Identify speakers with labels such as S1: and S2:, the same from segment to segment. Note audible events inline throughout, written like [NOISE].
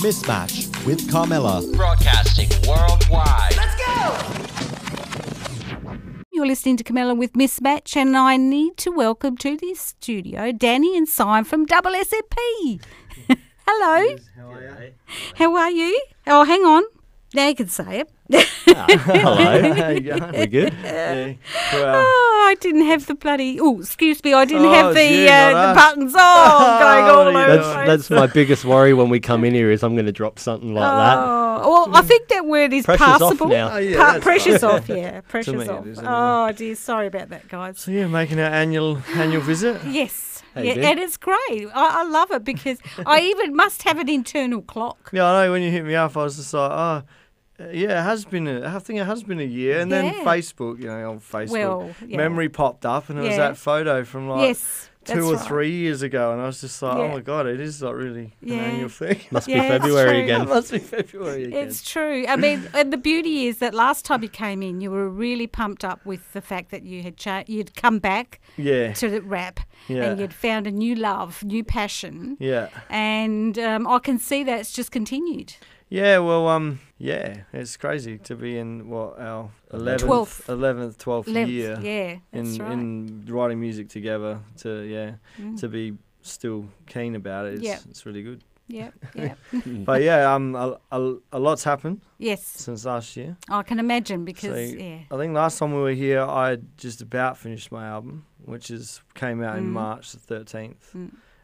S1: Mismatch with Carmella.
S2: Broadcasting worldwide.
S3: You're listening to Camilla with Mismatch, and I need to welcome to the studio Danny and Simon from Double SFP. [LAUGHS] Hello, how are you? Oh, hang on. Now you can say it. [LAUGHS]
S1: Hello. How you going? We good?
S4: Yeah.
S3: oh, I didn't have the bloody. Oh, excuse me, I didn't
S4: Oh,
S3: have
S4: it's you,
S3: the uh,
S4: not
S3: the
S4: us.
S3: buttons. Oh, I'm
S5: [LAUGHS]
S3: going all over
S4: That's-
S3: the place.
S5: That's my biggest worry when we come in here is I'm going to drop something like that.
S3: Oh, well, I think that word is
S5: Pressure's off
S3: passable.
S5: now. Oh,
S4: yeah,
S3: Pa-
S4: that's
S3: pressure's off,
S4: [LAUGHS]
S3: yeah.
S4: me
S3: Pressure's
S4: it
S3: off.
S4: is, anyway.
S3: Oh, dear. Sorry about that, guys.
S4: So yeah, making our annual annual visit.
S3: Yes.
S5: Hey,
S3: yeah,
S5: Vic.
S3: and it's great. I, I love it because I even must have an internal clock.
S4: Yeah, I know. When you hit me up, I was just like, oh, uh, yeah, it has been. A, I think it has been a year. And then
S3: Yeah.
S4: Facebook, you know, on Facebook,
S3: Well, yeah.
S4: memory popped up, and it was
S3: Yeah.
S4: that photo from like
S3: yes.
S4: two
S3: that's
S4: or
S3: right.
S4: three years ago, and I was just like, oh
S3: Yeah.
S4: my god, it is like really
S3: Yeah.
S4: an
S3: [LAUGHS]
S4: annual thing.
S5: Must
S3: Yeah,
S5: be
S3: it's
S5: February
S3: true.
S4: [LAUGHS] it
S5: again.
S4: must be February again.
S3: It's true. I mean, and the beauty is that last time you came in, you were really pumped up with the fact that you had cha- you'd come back
S4: yeah,
S3: to the rap
S4: Yeah.
S3: and you'd found a new love, new passion,
S4: yeah,
S3: and um, I can see that's just continued.
S4: yeah. Well, um, yeah, it's crazy to be in what our
S3: Twelfth.
S4: eleventh, eleventh, twelfth
S3: Length,
S4: year.
S3: yeah, that's
S4: in
S3: right. Mm.
S4: in writing music together to yeah to be still keen about it it's,
S3: Yeah.
S4: it's really good
S3: yeah, yeah.
S4: but yeah um a, a, a lot's happened
S3: yes,
S4: since last year
S3: I can imagine because
S4: so
S3: yeah,
S4: i think last time we were here i had just about finished my album which is came out in march the 13th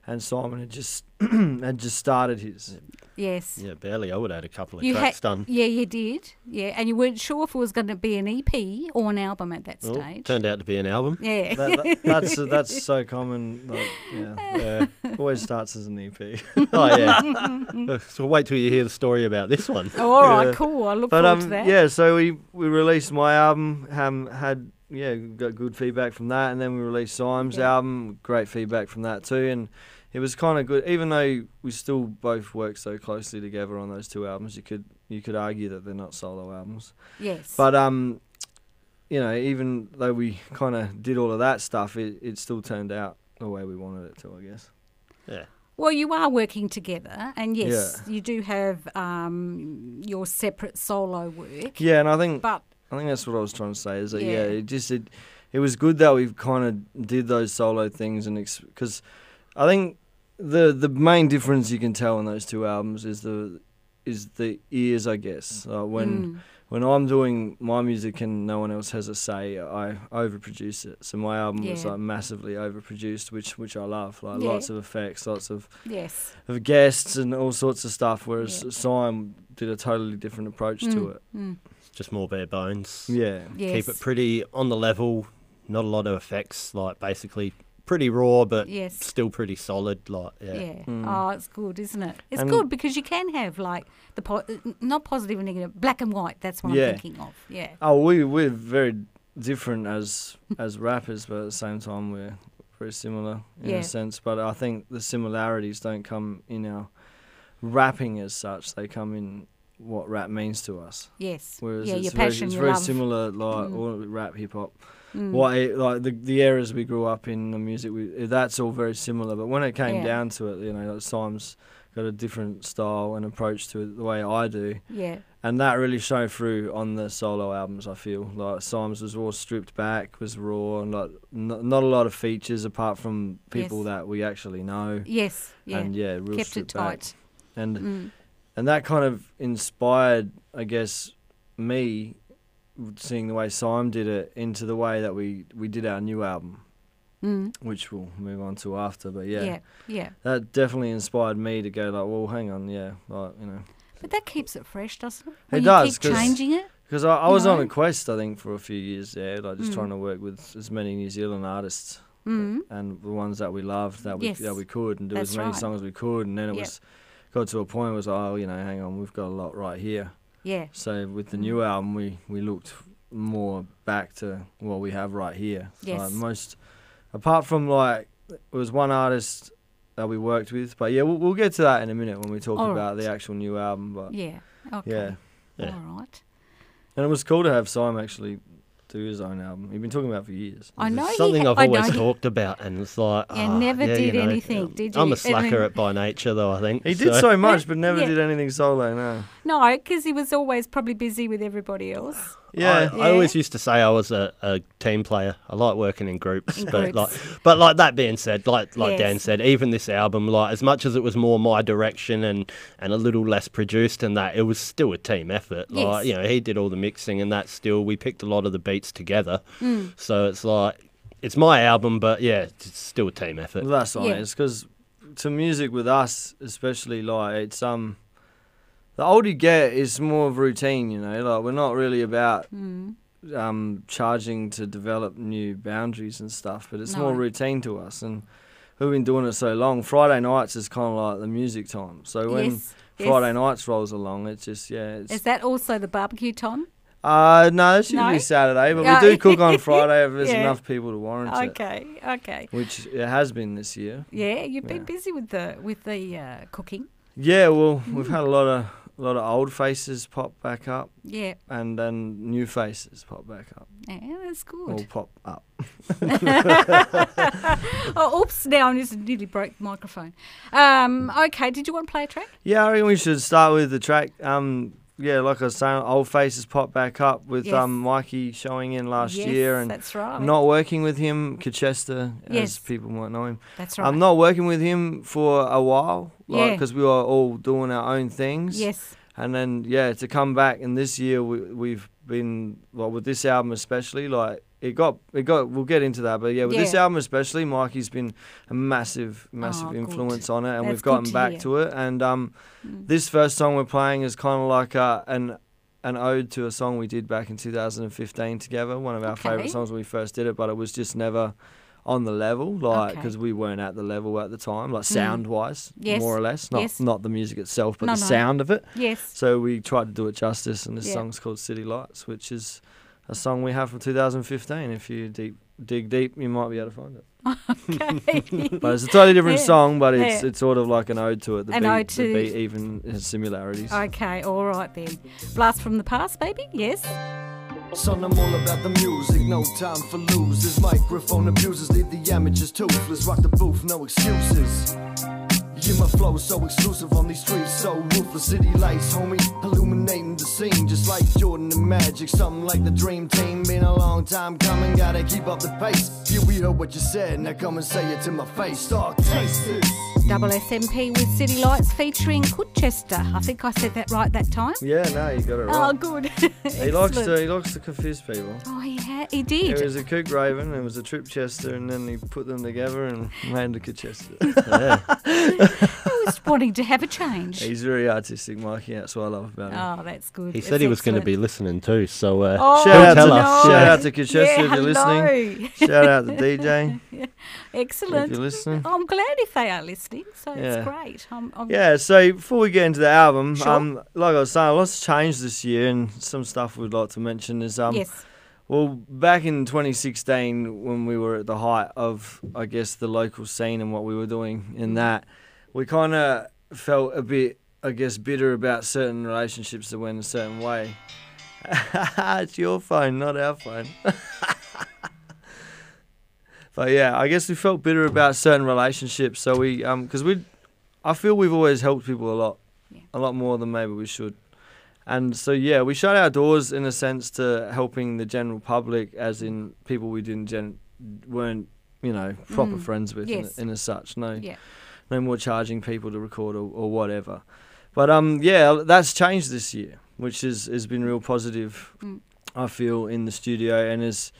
S4: and simon had just [CLEARS THROAT] had just started his
S3: yes.
S5: Yeah, barely. I would add a couple of
S3: You
S5: tracks
S3: had,
S5: done.
S3: yeah, you did, yeah, and you weren't sure if it was going to be an EP or an album at that
S5: Well,
S3: stage.
S5: Oh, turned out to be an
S3: [LAUGHS]
S5: album.
S3: yeah,
S4: that, that- that's that's so common like, yeah
S5: Yeah.
S4: always starts as an E ep
S5: Uh, oh
S3: [LAUGHS]
S5: yeah. Uh, so wait till you hear the story about this one.
S3: Oh, all right,
S4: Yeah.
S3: cool. I look
S4: But
S3: forward
S4: um,
S3: to that.
S4: yeah, so we we released my album, um, had yeah, got good feedback from that, and then we released Sime's
S3: Yeah.
S4: album, great feedback from that too, and it was kind of good. Even though we still both work so closely together on those two albums, you could you could argue that they're not solo albums,
S3: Yes.
S4: but um, you know, even though we kind of did all of that stuff, it, it still turned out the way we wanted it to, I guess.
S5: Yeah.
S3: well, you are working together, and yes, you do have um, your separate solo work.
S4: Yeah, and I think
S3: But
S4: I think that's what I was trying to say. Is that yeah,
S3: Yeah.
S4: it just it, it was good that we kind of did those solo things and because I think the the main difference you can tell in those two albums is the is the ears, I guess. Uh, when
S3: mm,
S4: when I'm doing my music and no one else has a say, I overproduce it. So my album was
S3: Yeah.
S4: like massively overproduced, which which I love. Like
S3: Yeah.
S4: lots of effects, lots of
S3: yes,
S4: of guests and all sorts of stuff. Whereas
S3: Yeah.
S4: Syme did a totally different approach to it.
S3: mm,
S5: It's just more bare bones.
S4: Yeah.
S3: yes,
S5: Keep it pretty on the level. Not a lot of effects. Like basically pretty raw, but
S3: Yes.
S5: still pretty solid. Like yeah.
S3: yeah. Oh, it's good, isn't it? It's
S4: Mm. And-
S3: good because you can have like the po- n- not positive and negative, black and white. That's what
S4: Yeah.
S3: I'm thinking of. Yeah.
S4: Oh, we we're very different as as rappers, but at the same time we're very similar in
S3: Yeah.
S4: a sense. But I think the similarities don't come in our rapping as such; they come in what rap means to us.
S3: Yes.
S4: Whereas
S3: yeah.
S4: it's
S3: Your
S4: very,
S3: passion,
S4: it's
S3: your
S4: very
S3: love.
S4: similar, like
S3: Mm.
S4: all rap, hip hop.
S3: Mm,
S4: What it, like the the eras we grew up in, the music we that's all very similar. But when it came
S3: Yeah.
S4: down to it, you know, like Sime's got a different style and approach to it the way I do
S3: Yeah.
S4: and that really shone through on the solo albums. I feel like Symes was all stripped back, was raw, and like n- not a lot of features apart from people
S3: Yes.
S4: that we actually know.
S3: Yes. Yeah.
S4: And yeah, real
S3: Kept it
S4: stripped back.
S3: tight.
S4: And
S3: Mm,
S4: and that kind of inspired, I guess, me seeing the way Syme did it into the way that we we did our new album,
S3: mm,
S4: which we'll move on to after. But yeah,
S3: yeah. Yeah.
S4: that definitely inspired me to go like, well, hang on, yeah, like you know,
S3: But that keeps it fresh, doesn't it?
S4: It
S3: When you
S4: does,
S3: Keep
S4: 'cause-
S3: changing it.
S4: Because I, I was on a
S3: No.
S4: quest, I think, for a few years there, like just
S3: Mm.
S4: trying to work with as many New Zealand artists
S3: Mm.
S4: and the ones that we loved that we
S3: Yes.
S4: that we could, and do
S3: That's
S4: as many
S3: right.
S4: songs as we could. And then it
S3: Yep.
S4: was got to a point where it was like, oh, you know, hang on, we've got a lot right here.
S3: Yeah.
S4: So with the
S3: Hmm.
S4: new album, we we looked more back to what we have right here.
S3: Yes.
S4: Like most, apart from like, it was one artist that we worked with, but yeah, we'll, we'll get to that in a minute when we talk
S3: All
S4: about
S3: right.
S4: the actual new album. But
S3: Yeah. Okay.
S4: yeah.
S5: Yeah.
S3: All right.
S4: And it was cool to have Syme actually do through his own album. He'd been talking about it for years.
S3: I know
S5: It's
S3: he
S5: something
S3: ha-
S5: I've
S3: I know
S5: always
S3: he-
S5: talked about, and it's like
S3: Yeah,
S5: ah,
S3: never
S5: yeah, you
S3: did
S5: know,
S3: anything, did
S5: I'm
S3: you?
S5: a slacker at by nature, though. I think
S4: He did so, much, but never
S3: yeah.
S4: did anything solo. No.
S3: No, because he was always probably busy with everybody else.
S4: Yeah.
S5: I, I always used to say I was a, a team player. I like working in groups,
S3: In
S5: but
S3: groups.
S5: like, but like that being said, like like
S3: Yes.
S5: Dan said, even this album, like as much as it was more my direction and and a little less produced and that, it was still a team effort.
S3: Yes.
S5: Like you know, he did all the mixing and that. Still, we picked a lot of the beats together,
S3: Mm.
S5: so it's like it's my album, but yeah, it's still a team effort.
S4: Well, that's
S3: Yeah.
S4: honest, because to music with us, especially, like it's um, the older you get, it's more of routine. You know, like we're not really about
S3: Mm,
S4: um charging to develop new boundaries and stuff, but it's more
S3: No.
S4: routine to us and. We've been doing it so long. Friday nights is kind of like the music time. So when
S3: yes. yes.
S4: Friday nights rolls along, it's just yeah. It's,
S3: Is that also the barbecue, Tom?
S4: uh no, that's usually
S3: No?
S4: Saturday, but
S3: Yeah.
S4: we do cook on Friday if there's
S3: [LAUGHS] Yeah.
S4: enough people to warrant it,
S3: Okay, okay.
S4: which it has been this year.
S3: Yeah, you've been
S4: Yeah.
S3: busy with the with the uh, cooking.
S4: Yeah, well, we've had a lot of lot of old faces pop back up,
S3: Yeah,
S4: and then new faces pop back up,
S3: yeah that's
S4: or
S3: good.
S4: pop up.
S3: [LAUGHS] Oh, oops! Now I just nearly broke the microphone. Um, okay, did you want to play a track?
S4: Yeah, I reckon we should start with the track. Um, yeah, like I was saying, old faces pop back up with
S3: Yes.
S4: um Mikey showing in last
S3: yes,
S4: year and.
S3: that's right.
S4: Not working with him, Colchester,
S3: Yes.
S4: as people might know him.
S3: that's right.
S4: I'm not working with him for a while, like
S3: Yeah.
S4: because we were all doing our own things.
S3: Yes,
S4: and then yeah to come back and this year we, we've been well with this album especially like it got it got we'll get into that but yeah with this
S3: Yeah.
S4: album especially mikey's been a massive massive
S3: Oh, good.
S4: influence on it and
S3: That's
S4: we've gotten
S3: good to
S4: back
S3: hear.
S4: to it and um
S3: Mm.
S4: this first song we're playing is kind of like uh an an ode to a song we did back in 2015 together one of our
S3: Okay.
S4: favorite songs when we first did it but it was just never on the level like
S3: Okay. Mm.
S4: because we weren't at the level at the time like sound wise
S3: Yes,
S4: more or less not
S3: yes.
S4: not the music itself but
S3: No,
S4: the
S3: no.
S4: sound of it
S3: yes. [LAUGHS]
S4: so we tried to do it justice, and this
S3: Yeah.
S4: song's called City Lights, which is a song we have from 2015. If you deep, dig deep, you might be able to find it.
S3: Okay.
S4: But it's a totally different
S3: Yeah.
S4: song, but it's
S3: Yeah.
S4: it's sort of like an ode to it. The
S3: An
S4: beat,
S3: ode to-
S4: the beat even has similarities.
S3: okay, all right then. Blast from the past, baby. Yes.
S6: Son, I'm all about the music, no time for losers. Microphone abusers leave the amateurs toothless. Rock the booth, no excuses. Yeah, my flow so exclusive on these streets, so ruthless. City lights, homie, illuminating the scene, just like Jordan and Magic, something like the dream team. Been a long time coming, gotta keep up the pace. Yeah, we heard what you said, now come and say it to my face. Start tasting.
S3: Double SMP with City Lights featuring Colchester. I think I said that right that time.
S4: Yeah, no, you got it
S3: Oh,
S4: right.
S3: good.
S4: he likes
S3: [LAUGHS]
S4: to he likes to confuse people.
S3: Oh, he, ha- he
S4: It
S3: did.
S4: was a Cook Raven, it was a Trip Chester, and then he put them together and made
S3: [LAUGHS]
S4: a Chester.
S3: I was wanting to have a change.
S4: He's very artistic, Mikey. That's what I love about him.
S3: [LAUGHS] Oh, that's good.
S5: He
S3: It's
S5: said he was going to
S3: excellent.
S5: be listening too, so uh,
S3: Oh,
S4: Shout out
S5: tell
S4: to
S5: us.
S4: shout
S5: Yeah.
S4: out to Kid Chester if
S3: Yeah,
S4: you're listening.
S3: hello. [LAUGHS]
S4: Shout out to DJ if
S3: Excellent.
S4: you're listening.
S3: [LAUGHS] I'm glad if they are listening, so
S4: Yeah.
S3: it's great. I'm, I'm,
S4: Yeah, so before we get into the album,
S3: Sure.
S4: um, like I was saying, lots changed this year, and some stuff we'd like to mention is um,
S3: yes.
S4: well, back in 2016 when we were at the height of, I guess, the local scene and what we were doing
S3: Mm-hmm.
S4: in that, we kind of felt a bit, I guess, bitter about certain relationships that went a certain way. [LAUGHS] it's your phone, not our phone. [LAUGHS] but yeah, I guess we felt bitter about certain relationships. So we, um, because we, I feel we've always helped people a lot,
S3: Yeah.
S4: a lot more than maybe we should. And so yeah, we shut our doors in a sense to helping the general public, as in people we didn't gen- weren't you know proper
S3: Mm,
S4: friends with
S3: yes.
S4: in, in as such. No,
S3: Yeah.
S4: no more charging people to record or, or whatever. But um, yeah, that's changed this year, which is has been real positive.
S3: Mm.
S4: I feel in the studio and has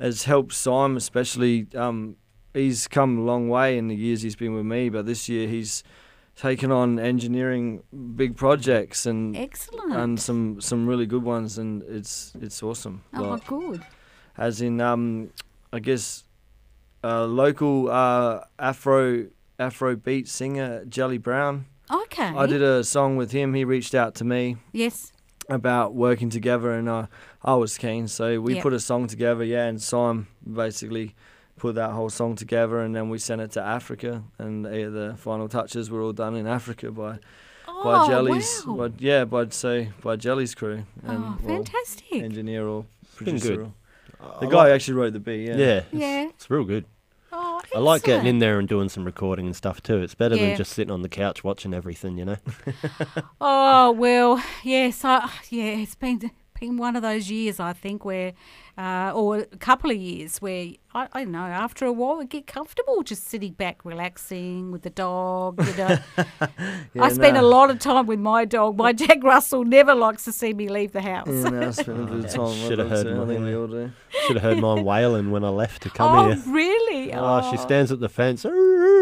S4: has helped Simon especially. Um, he's come a long way in the years he's been with me, but this year he's taken on engineering big projects and
S3: Excellent.
S4: and some some really good ones, and it's it's awesome.
S3: oh,
S4: Like,
S3: good.
S4: as in, um, I guess, uh, local uh, Afro Afro beat singer Jelly Brown.
S3: Okay.
S4: I did a song with him. He reached out to me
S3: Yes.
S4: about working together, and I I was keen. So we
S3: Yep.
S4: put a song together, yeah, and Simon basically put that whole song together, and then we sent it to Africa, and uh, the final touches were all done in Africa by
S3: Oh,
S4: by Jelly's,
S3: wow.
S4: by, yeah, by so by Jelly's crew.
S3: oh,
S4: um, well,
S3: fantastic.
S4: engineer or
S5: been
S4: producer.
S5: good. Uh,
S4: or- The guy who actually wrote the beat, yeah.
S5: Yeah. it's-
S3: Yeah.
S5: It's real good.
S3: Oh,
S5: I like getting
S3: excellent.
S5: in there and doing some recording and stuff too. It's better
S3: Yeah.
S5: than just sitting on the couch watching everything, you know. [LAUGHS]
S3: Oh well, yes, I yeah, it's been been one of those years I think where, uh, or a couple of years where I, I don't know. After a while, I get comfortable just sitting back, relaxing with the dog. You
S4: [LAUGHS]
S3: know, I
S4: Yeah,
S3: spend a
S4: nah.
S3: lot of time with my dog. My Jack Russell never likes to see me leave the house.
S4: [LAUGHS] Yeah, no,
S5: [LAUGHS]
S4: I spent a bit of time. with
S5: Shoulda
S4: them,
S5: heard
S4: so I
S5: mine,
S4: think we
S5: yeah.
S4: all do.
S5: Should have heard mine wailing when I left to come
S3: oh
S5: here.
S3: really?
S5: Oh, she stands at the fence.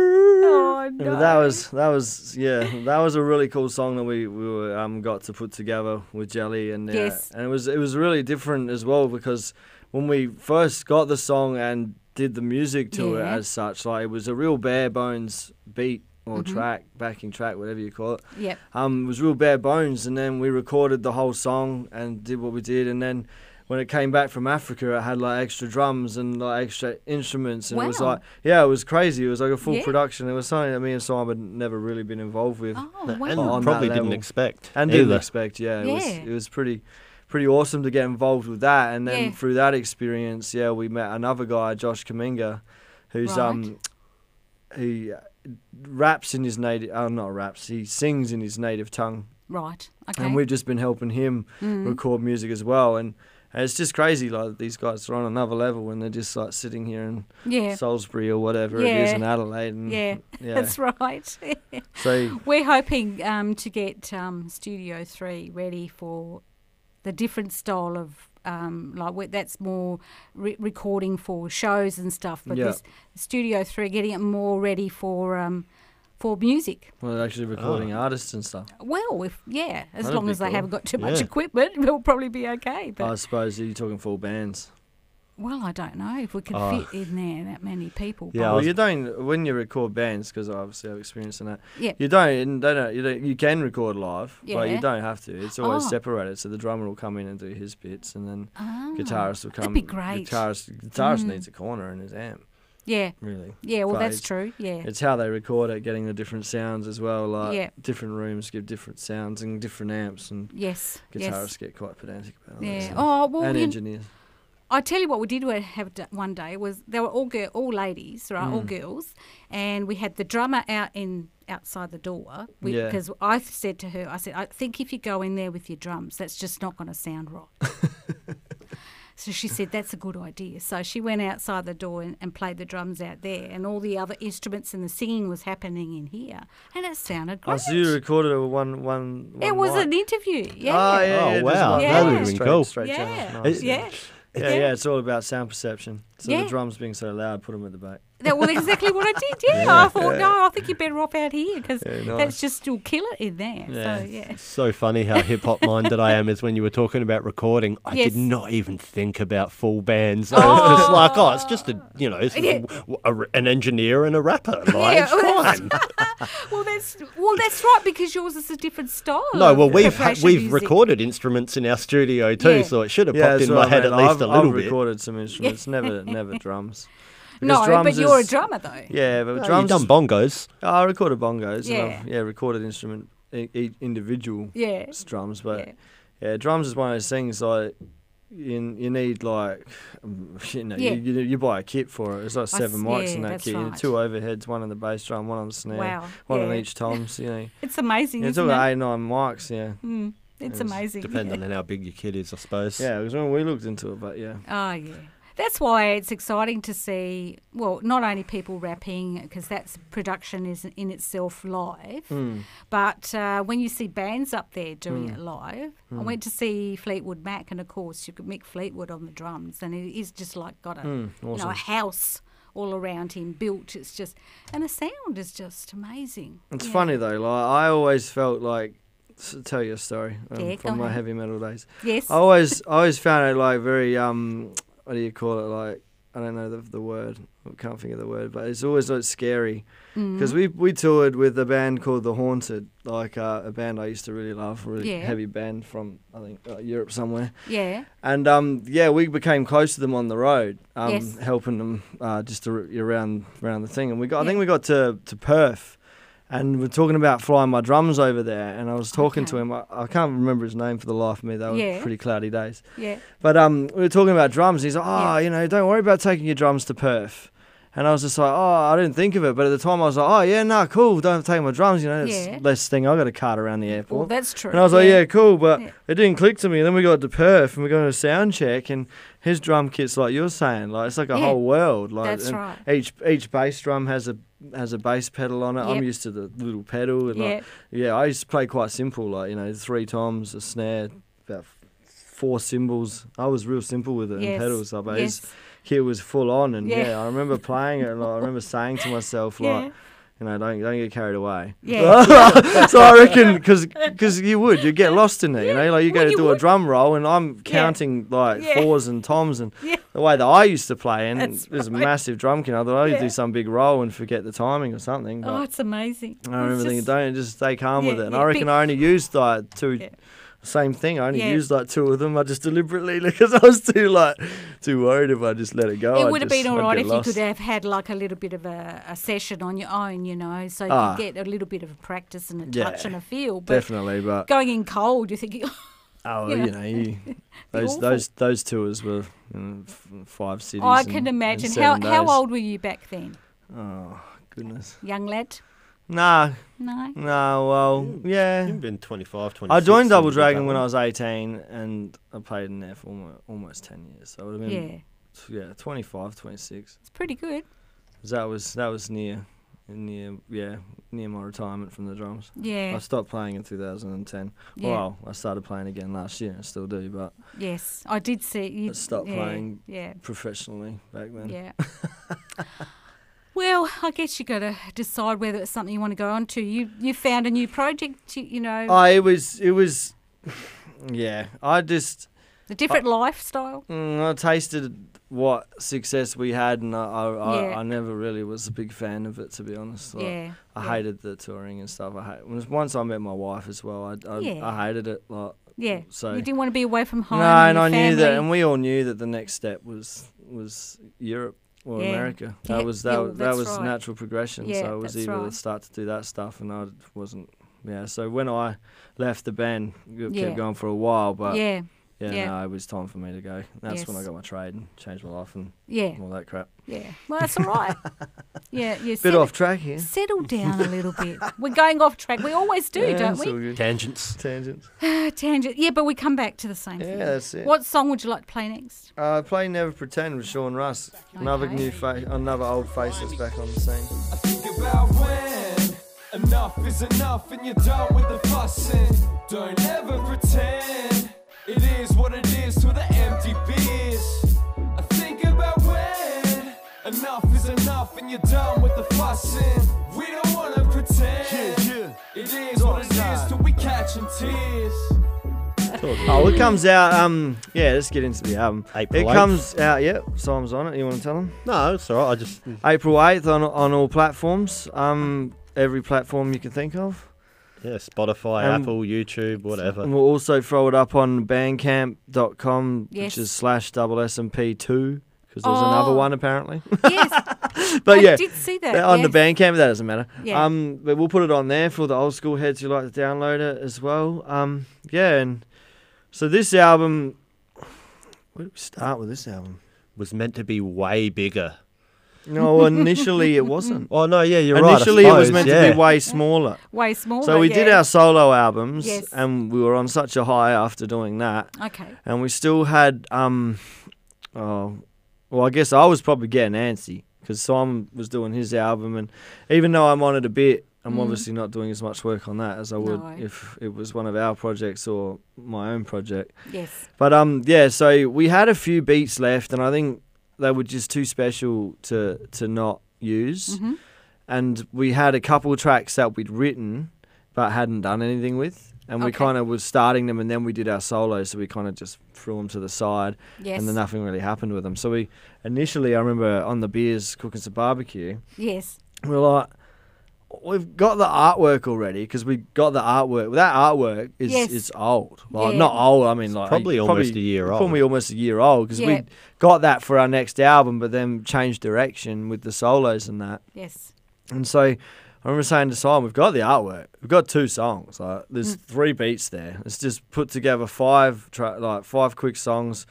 S3: Oh,
S4: Yeah,
S3: no.
S4: but that was that was yeah that was a really cool song that we we were, um got to put together with Jelly and uh,
S3: Yes.
S4: and it was it was really different as well because when we first got the song and did the music to
S3: Yeah.
S4: it as such like it was a real bare bones beat or
S3: Mm-hmm.
S4: track backing track whatever you call it
S3: Yep.
S4: um, it was real bare bones. And then we recorded the whole song and did what we did. And then when it came back from Africa, it had like extra drums and like extra instruments. And it was
S3: Wow.
S4: like, yeah, it was crazy. It was like a full
S3: Yeah.
S4: production. It was something that me and Simon had never really been involved with
S3: Oh
S5: And
S3: wow.
S4: on that
S5: probably didn't
S4: level.
S5: expect
S4: and
S5: either.
S4: didn't expect. Yeah, it was
S3: Yeah.
S4: it was pretty pretty awesome to get involved with that. And then
S3: Yeah.
S4: through that experience, yeah, we met another guy, Josh Kaminga, who's
S3: Right.
S4: um he uh, raps in his native, oh not raps, he sings in his native tongue
S3: Right. Okay. Mm.
S4: and we've just been helping him record music as well and, and it's just crazy like these guys are on another level when they're just like sitting here in
S3: yeah.
S4: salisbury or whatever it is
S3: Yeah.
S4: in adelaide and
S3: yeah.
S4: [LAUGHS] yeah.
S3: That's right. [LAUGHS]
S4: so
S3: We're hoping um, to get um, Studio Three ready for the different style of um, like we- that's more re- recording for shows and stuff. But
S4: Yeah.
S3: this Studio Three getting it more ready for um, for music.
S4: well they're actually recording
S5: Oh.
S4: artists and stuff
S3: Well, if yeah, as
S5: That'd
S3: long
S5: be
S3: as they
S5: cool.
S3: haven't got too much
S5: Yeah.
S3: equipment, [LAUGHS] we'll probably be okay. But
S4: i suppose you're talking full bands
S3: well, I don't know if we can
S5: Oh.
S3: fit in there that many people.
S5: Yeah, I
S4: well
S5: was-
S4: you don't when you record bands because obviously i've experienced in that
S3: but- yeah.
S4: you don't and they don't you, don't you can record live but
S3: Yeah.
S4: you don't have to it's always
S3: Oh.
S4: separated so the drummer will come in and do his bits and then
S3: Ah,
S4: guitarist will
S3: that'd
S4: come
S3: be great.
S4: guitarist guitarist
S3: Mm.
S4: needs a corner in his amp
S3: yeah,
S4: really
S3: yeah. Well,
S4: But
S3: that's
S4: it's-
S3: true. Yeah,
S4: It's how they record it, getting the different sounds as well. Like
S3: Yeah.
S4: different rooms give different sounds and different amps, and
S3: yes,
S4: guitarists
S3: yes.
S4: get quite pedantic about that.
S3: Yeah.
S4: stuff.
S3: Oh well,
S4: and
S3: you,
S4: engineers.
S3: I tell you what we did wa- have d- one day was they were all girl, all ladies, right, all
S4: Mm.
S3: girls, and we had the drummer out in outside the door
S4: Yeah.
S3: because I said to her, I said, I think if you go in there with your drums, that's just not going to sound
S4: [LAUGHS]
S3: right. so she said that's a good idea. So she went outside the door and, and played the drums out there, and all the other instruments and the singing was happening in here, and it sounded great.
S4: Oh, so you recorded it with one, one, one
S3: it was
S4: mic.
S3: an interview, yeah.
S5: Oh,
S4: Oh, yeah, yeah, just
S5: wow,
S4: one
S3: that
S4: mic,
S3: would've
S5: been
S4: straight-
S5: cool.
S4: straight channel.
S3: Yeah.
S4: Nice,
S3: Yeah.
S4: Yeah,
S3: Yeah.
S4: yeah, it's all about sound perception. So
S3: Yeah.
S4: the drums being so loud, put them at the back.
S3: That was exactly what I did. Yeah, I thought, no, I think you're better off out here because that's
S4: nice.
S3: just still kill it in there.
S4: Yeah.
S3: So yeah,
S5: So funny how hip hop
S3: [LAUGHS]
S5: minded I am is when you were talking about recording, I
S3: Yes.
S5: did not even think about full bands. I was just like, oh, it's just a you know, it's
S3: Yeah.
S5: a, a- an engineer and a rapper.
S3: [LAUGHS]
S5: Like,
S3: Yeah,
S5: it's
S3: well, that's-
S5: fine.
S3: well that's well that's right because yours is a different style.
S5: No,
S3: of
S5: well, we've ha-
S3: preparation
S5: we've
S3: music.
S5: recorded instruments in our studio too,
S3: Yeah.
S5: so it should have
S4: yeah,
S5: popped
S4: that's
S5: in
S4: what
S5: my
S4: I
S5: head
S4: meant.
S5: at least
S4: I've,
S5: a little
S4: I've
S5: bit.
S4: recorded some
S3: [LAUGHS]
S4: instruments, never, never drums.
S3: No,
S4: Because drums
S3: but you're a
S4: is-
S3: drummer though.
S4: Yeah, but
S5: Well,
S4: drums.
S5: You've done bongos.
S4: Oh, I recorded bongos. Yeah,
S3: Yeah.
S4: and I've, yeah, recorded instrument e- e- individual.
S3: Yeah.
S4: It's drums, but
S3: Yeah.
S4: yeah. drums is one of those things like you you need like [LAUGHS] um, you know
S3: Yeah.
S4: you, you, you buy a kit for it. It's like seven
S3: s-
S4: mics in
S3: yeah,
S4: that
S3: that's
S4: kit. You know,
S3: right.
S4: Two overheads, one on the bass drum, one on the snare,
S3: Wow,
S4: one on
S3: yeah.
S4: each toms.
S3: [LAUGHS]
S4: You know,
S3: It's amazing.
S4: yeah, it's all
S3: isn't
S4: about
S3: it?
S4: eight nine mics. Yeah,
S3: Mm. It's amazing.
S5: Depending
S3: yeah.
S5: on how big your kid is, I suppose.
S4: yeah. It was when we looked into it, but yeah,
S3: Oh yeah. That's why it's exciting to see, well, not only people rapping, because that's production is in itself live,
S4: Hmm.
S3: but uh, when you see bands up there doing it live,
S4: Hmm.
S3: I went to see Fleetwood Mac, and of course, you could Mick Fleetwood on the drums, and he- he's just like got a, you know,
S4: Hmm. awesome.
S3: a house all around him built. It's just, and the sound is just amazing.
S4: it's
S3: Yeah.
S4: funny though. Like I always felt like s- tell you a story um,
S3: Yeah, go
S4: from my
S3: ahead.
S4: heavy metal days.
S3: Yes.
S4: I always I always found it like very um what do you call it like I don't know the, the word I can't think of the word but it's always like scary because we we toured with a band called the Haunted like uh, a band I used to really love a really
S3: Yeah.
S4: heavy band from I think uh, Europe somewhere
S3: Yeah.
S4: and um yeah we became close to them on the road um
S3: Yes.
S4: helping them uh, just ar- around around the thing and we got I
S3: Yeah.
S4: think we got to to Perth and we're talking about flying my drums over there. And I was talking to
S3: Okay.
S4: him. I, I can't remember his name for the life of me. They were
S3: Yeah.
S4: pretty cloudy days.
S3: Yeah.
S4: But um, we were talking about drums. He's like, oh,
S3: Yeah.
S4: you know, don't worry about taking your drums to Perth. And I was just like, oh, I didn't think of it. But at the time, I was like, oh, yeah, nah, cool. Don't take my drums. You know, it's
S3: Yeah.
S4: less thing. I got a cart around the airport.
S3: Well, that's true.
S4: And I was like, yeah, cool, but
S3: Yeah.
S4: it didn't click to me. And then we got to Perth and we got a sound check, and his drum kit's like you're saying, like it's like a
S3: Yeah.
S4: whole world. Like
S3: That's
S4: and
S3: right.
S4: Each each bass drum has a has a bass pedal on it.
S3: Yep.
S4: I'm used to the little pedal, and like yeah, I used to play quite simple, like you know, three toms, a snare, about f- four cymbals. I was real simple with it
S3: Yes.
S4: and pedals. Like, but his
S3: Yes.
S4: kit was full on, and
S3: Yeah.
S4: yeah, I remember playing it, and like, I remember saying to myself,
S3: Yeah.
S4: like. You know, don't don't get carried away.
S3: Yeah.
S4: [LAUGHS]
S3: [LAUGHS]
S4: so I reckon because you would you get lost in it, you know, like you go
S3: Well,
S4: to
S3: you
S4: do
S3: would.
S4: a drum roll, and I'm
S3: Yeah.
S4: counting like
S3: Yeah.
S4: fours and toms and
S3: Yeah.
S4: the way that I used to play, and
S3: That's
S4: there's
S3: right.
S4: a massive drum kit. I thought I'd
S3: Yeah.
S4: do some big roll and forget the timing or something. But
S3: Oh, it's amazing.
S4: I remember
S3: It's
S4: thinking,
S3: just-
S4: don't just stay calm with
S3: Yeah,
S4: it. And
S3: yeah,
S4: I reckon
S3: big-
S4: I only used like two.
S3: Yeah.
S4: Same thing. I only
S3: Yeah.
S4: used like two of them. I just deliberately [LAUGHS] because I was too like too worried if I just let it go.
S3: it
S4: I'd
S3: would have
S4: just-
S3: been all
S4: I'd
S3: right
S4: get
S3: if
S4: lost.
S3: you could have had like a little bit of a, a session on your own, you know, so
S4: Ah.
S3: you get a little bit of a practice and a
S4: Yeah,
S3: touch and a feel. But
S4: Definitely, but
S3: going in cold, you're thinking,
S4: oh,
S3: you
S4: you
S3: know. [LAUGHS]
S4: know, you, those
S3: awful.
S4: those those tours were you know, f- five cities.
S3: "Oh, I
S4: in-
S3: can
S4: in
S3: imagine. How,
S4: seven
S3: how
S4: days.
S3: old were you back then,
S4: Oh goodness.
S3: young lad?
S4: Nah,
S3: No.
S4: nah. Well, yeah.
S5: You've been 25, 26.
S4: I joined Double
S5: when you did
S4: Dragon
S5: that
S4: when I
S5: one.
S4: was 18 and I played in there for almost, almost 10 years. So I would have been
S3: Yeah,
S4: yeah, 25, 26.
S3: it's pretty good.
S4: 'Cause That was that was near near yeah, near my retirement from the drums.
S3: Yeah.
S4: I stopped playing in 2010.
S3: Yeah.
S4: Well, I started playing again last year and still do, but
S3: Yes, I did see you.
S4: I stopped
S3: yeah,
S4: playing.
S3: Yeah.
S4: professionally back then. [LAUGHS]
S3: Yeah. well, I guess you got to decide whether it's something you want to go on to. You you found a new project, you, you know,
S4: I it was it was [SIGHS] yeah, I just
S3: a different lifestyle.
S4: Mm, I tasted what success we had, and I, I,
S3: Yeah.
S4: I, I never really was a big fan of it, to be honest. Like,
S3: yeah.
S4: I
S3: yeah,
S4: hated the touring and stuff. I hate once- once I met my wife as well. I I,
S3: Yeah.
S4: I hated it. Like
S3: Yeah.
S4: so-
S3: you didn't want to be away from home.
S4: no,
S3: and
S4: and I
S3: your
S4: knew that,
S3: family.
S4: and we all knew that the next step was was Europe or
S3: Yeah.
S4: America.
S3: Yeah,
S4: That was
S3: yeah,
S4: that
S3: well,
S4: was that
S3: that's
S4: was
S3: right.
S4: natural progression.
S3: Yeah,
S4: so it was
S3: that's
S4: either
S3: right.
S4: start to do that stuff, and I wasn't. Yeah. So when I left the band, it
S3: Yeah.
S4: kept going for a while, but yeah,
S3: yeah. yeah.
S4: no, it was time for me to go. That's when I
S3: Yes.
S4: got my trade and changed my life and
S3: Yeah.
S4: all that crap.
S3: Yeah. Well, that's all
S4: [LAUGHS]
S3: right. yeah. You
S4: Bit
S3: settle,
S4: off track here.
S3: settle down a little
S4: [LAUGHS]
S3: bit. We're going off track. We always do, don't we?
S5: Tangents.
S4: Tangents.
S3: Uh, tangent. Yeah, but we come back to the same
S4: Yeah,
S3: thing.
S4: that's it.
S3: What song would you like to play
S4: [LAUGHS]
S3: next?
S4: Uh, play Never Pretend with Sean Russ. Another
S3: Okay.
S4: new face, another old face that's back on the scene.
S6: I think about when enough is enough and you're done with the fussing. Don't ever pretend it is what it is to the empty beers. I think about when enough is enough and you're done with the fussing. We don't wanna pretend it is what it is till we catching tears.
S4: Oh, it comes out. Um, yeah, let's get into the album.
S5: April
S4: it comes out. Yep, Simon's on it. You want to tell them?
S5: No, it's all right. I just.
S4: April eighth on on all platforms. Um, every platform you can think of.
S5: Yeah, Spotify,
S4: Um,
S5: Apple, YouTube, whatever.
S4: And we'll also throw it up on Bandcamp.com,
S3: Yes.
S4: which is slash double S and P two because there's another
S3: Oh. [LAUGHS]
S4: one apparently.
S3: Yes.
S4: but
S3: I
S4: yeah,
S3: did see that.
S4: Uh, on
S3: yeah.
S4: the Bandcamp, but that doesn't matter.
S3: Yeah.
S4: Um, but we'll put it on there for the old school heads who like to download it as well. Um, yeah, and so this album. Where did we start with this album?
S5: Was meant to be way bigger.
S4: No,
S3: [LAUGHS]
S4: initially it wasn't.
S5: Oh, no, yeah, you're right. I
S4: initially, it was
S5: suppose,
S4: meant
S5: yeah.
S4: to be way smaller.
S3: Way smaller.
S4: So we did
S3: yeah.
S4: our solo albums,
S3: Oh Yes.
S4: and we were on such a high after doing that,
S3: Okay.
S4: and we still had um, oh, well, I guess I was probably getting antsy because Simon was doing his album, and even though I'm on it a bit, I'm obviously not doing as much work on that as I would
S3: Mm. No.
S4: if it was one of our projects or my own project.
S3: Yes.
S4: But um, yeah, so we had a few beats left, and I think they were just too special to to not use.
S3: Mhm.
S4: And we had a couple tracks that we'd written, but hadn't done anything with. And we
S3: Okay.
S4: kind of was starting them, and then we did our solos, so we kind of just threw them to the side,
S3: Yes.
S4: and then nothing really happened with them. So we initially, I remember on the beers cooking some barbecue,
S3: yes.
S4: we we're like. We've got the artwork already because we got the artwork. That artwork is
S3: Yes.
S4: is old. Well,
S3: Yeah.
S4: not old. I mean, like
S5: probably almost a year old.
S4: Probably almost a year old because
S3: Yeah.
S4: we got that for our next album, but then changed direction with the solos and that.
S3: Yes.
S4: And so I I remember saying to Simon, we've got the artwork. We've got two songs. Like there's three beats there. Let's just put together five tra- like five quick songs,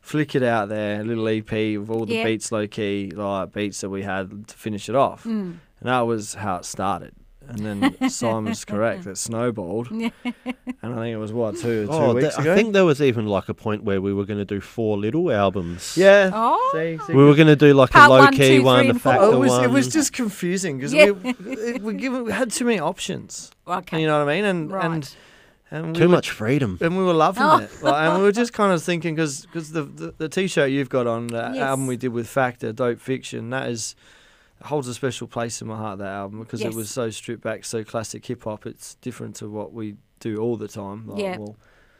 S4: flick it out there, a little EP with all the
S3: Yeah.
S4: beats low key, like beats that we had to finish it off. And that was how it started. And then Simon's correct. It [LAUGHS] snowballed. and I think it was what two two
S5: Oh, th-
S4: weeks ago.
S5: I think there was even like a point where we were going to do four little albums.
S4: yeah.
S3: Oh.
S4: See- see-
S5: We were going to do like
S3: Part
S5: a
S3: one,
S5: low key
S3: two,
S5: one,
S3: three,
S5: a
S3: and four.
S5: factor
S4: Oh, it was
S5: one.
S4: it was just confusing because
S3: Yeah.
S4: we, it- we, given- we had too many options.
S3: Okay.
S4: You know what I mean? And
S3: Right.
S4: and and we
S5: too
S4: were-
S5: much freedom.
S4: and we were loving
S3: Oh.
S4: it. Like, and we were just kind of thinking because the, the the t-shirt you've got on the
S3: Yes.
S4: album we did with Factor, Dope Fiction, that is holds a special place in my heart. That album because
S3: Yes.
S4: it was so stripped back, so classic hip hop. It's different to what we do all the time. Like,
S3: Yeah.
S4: well,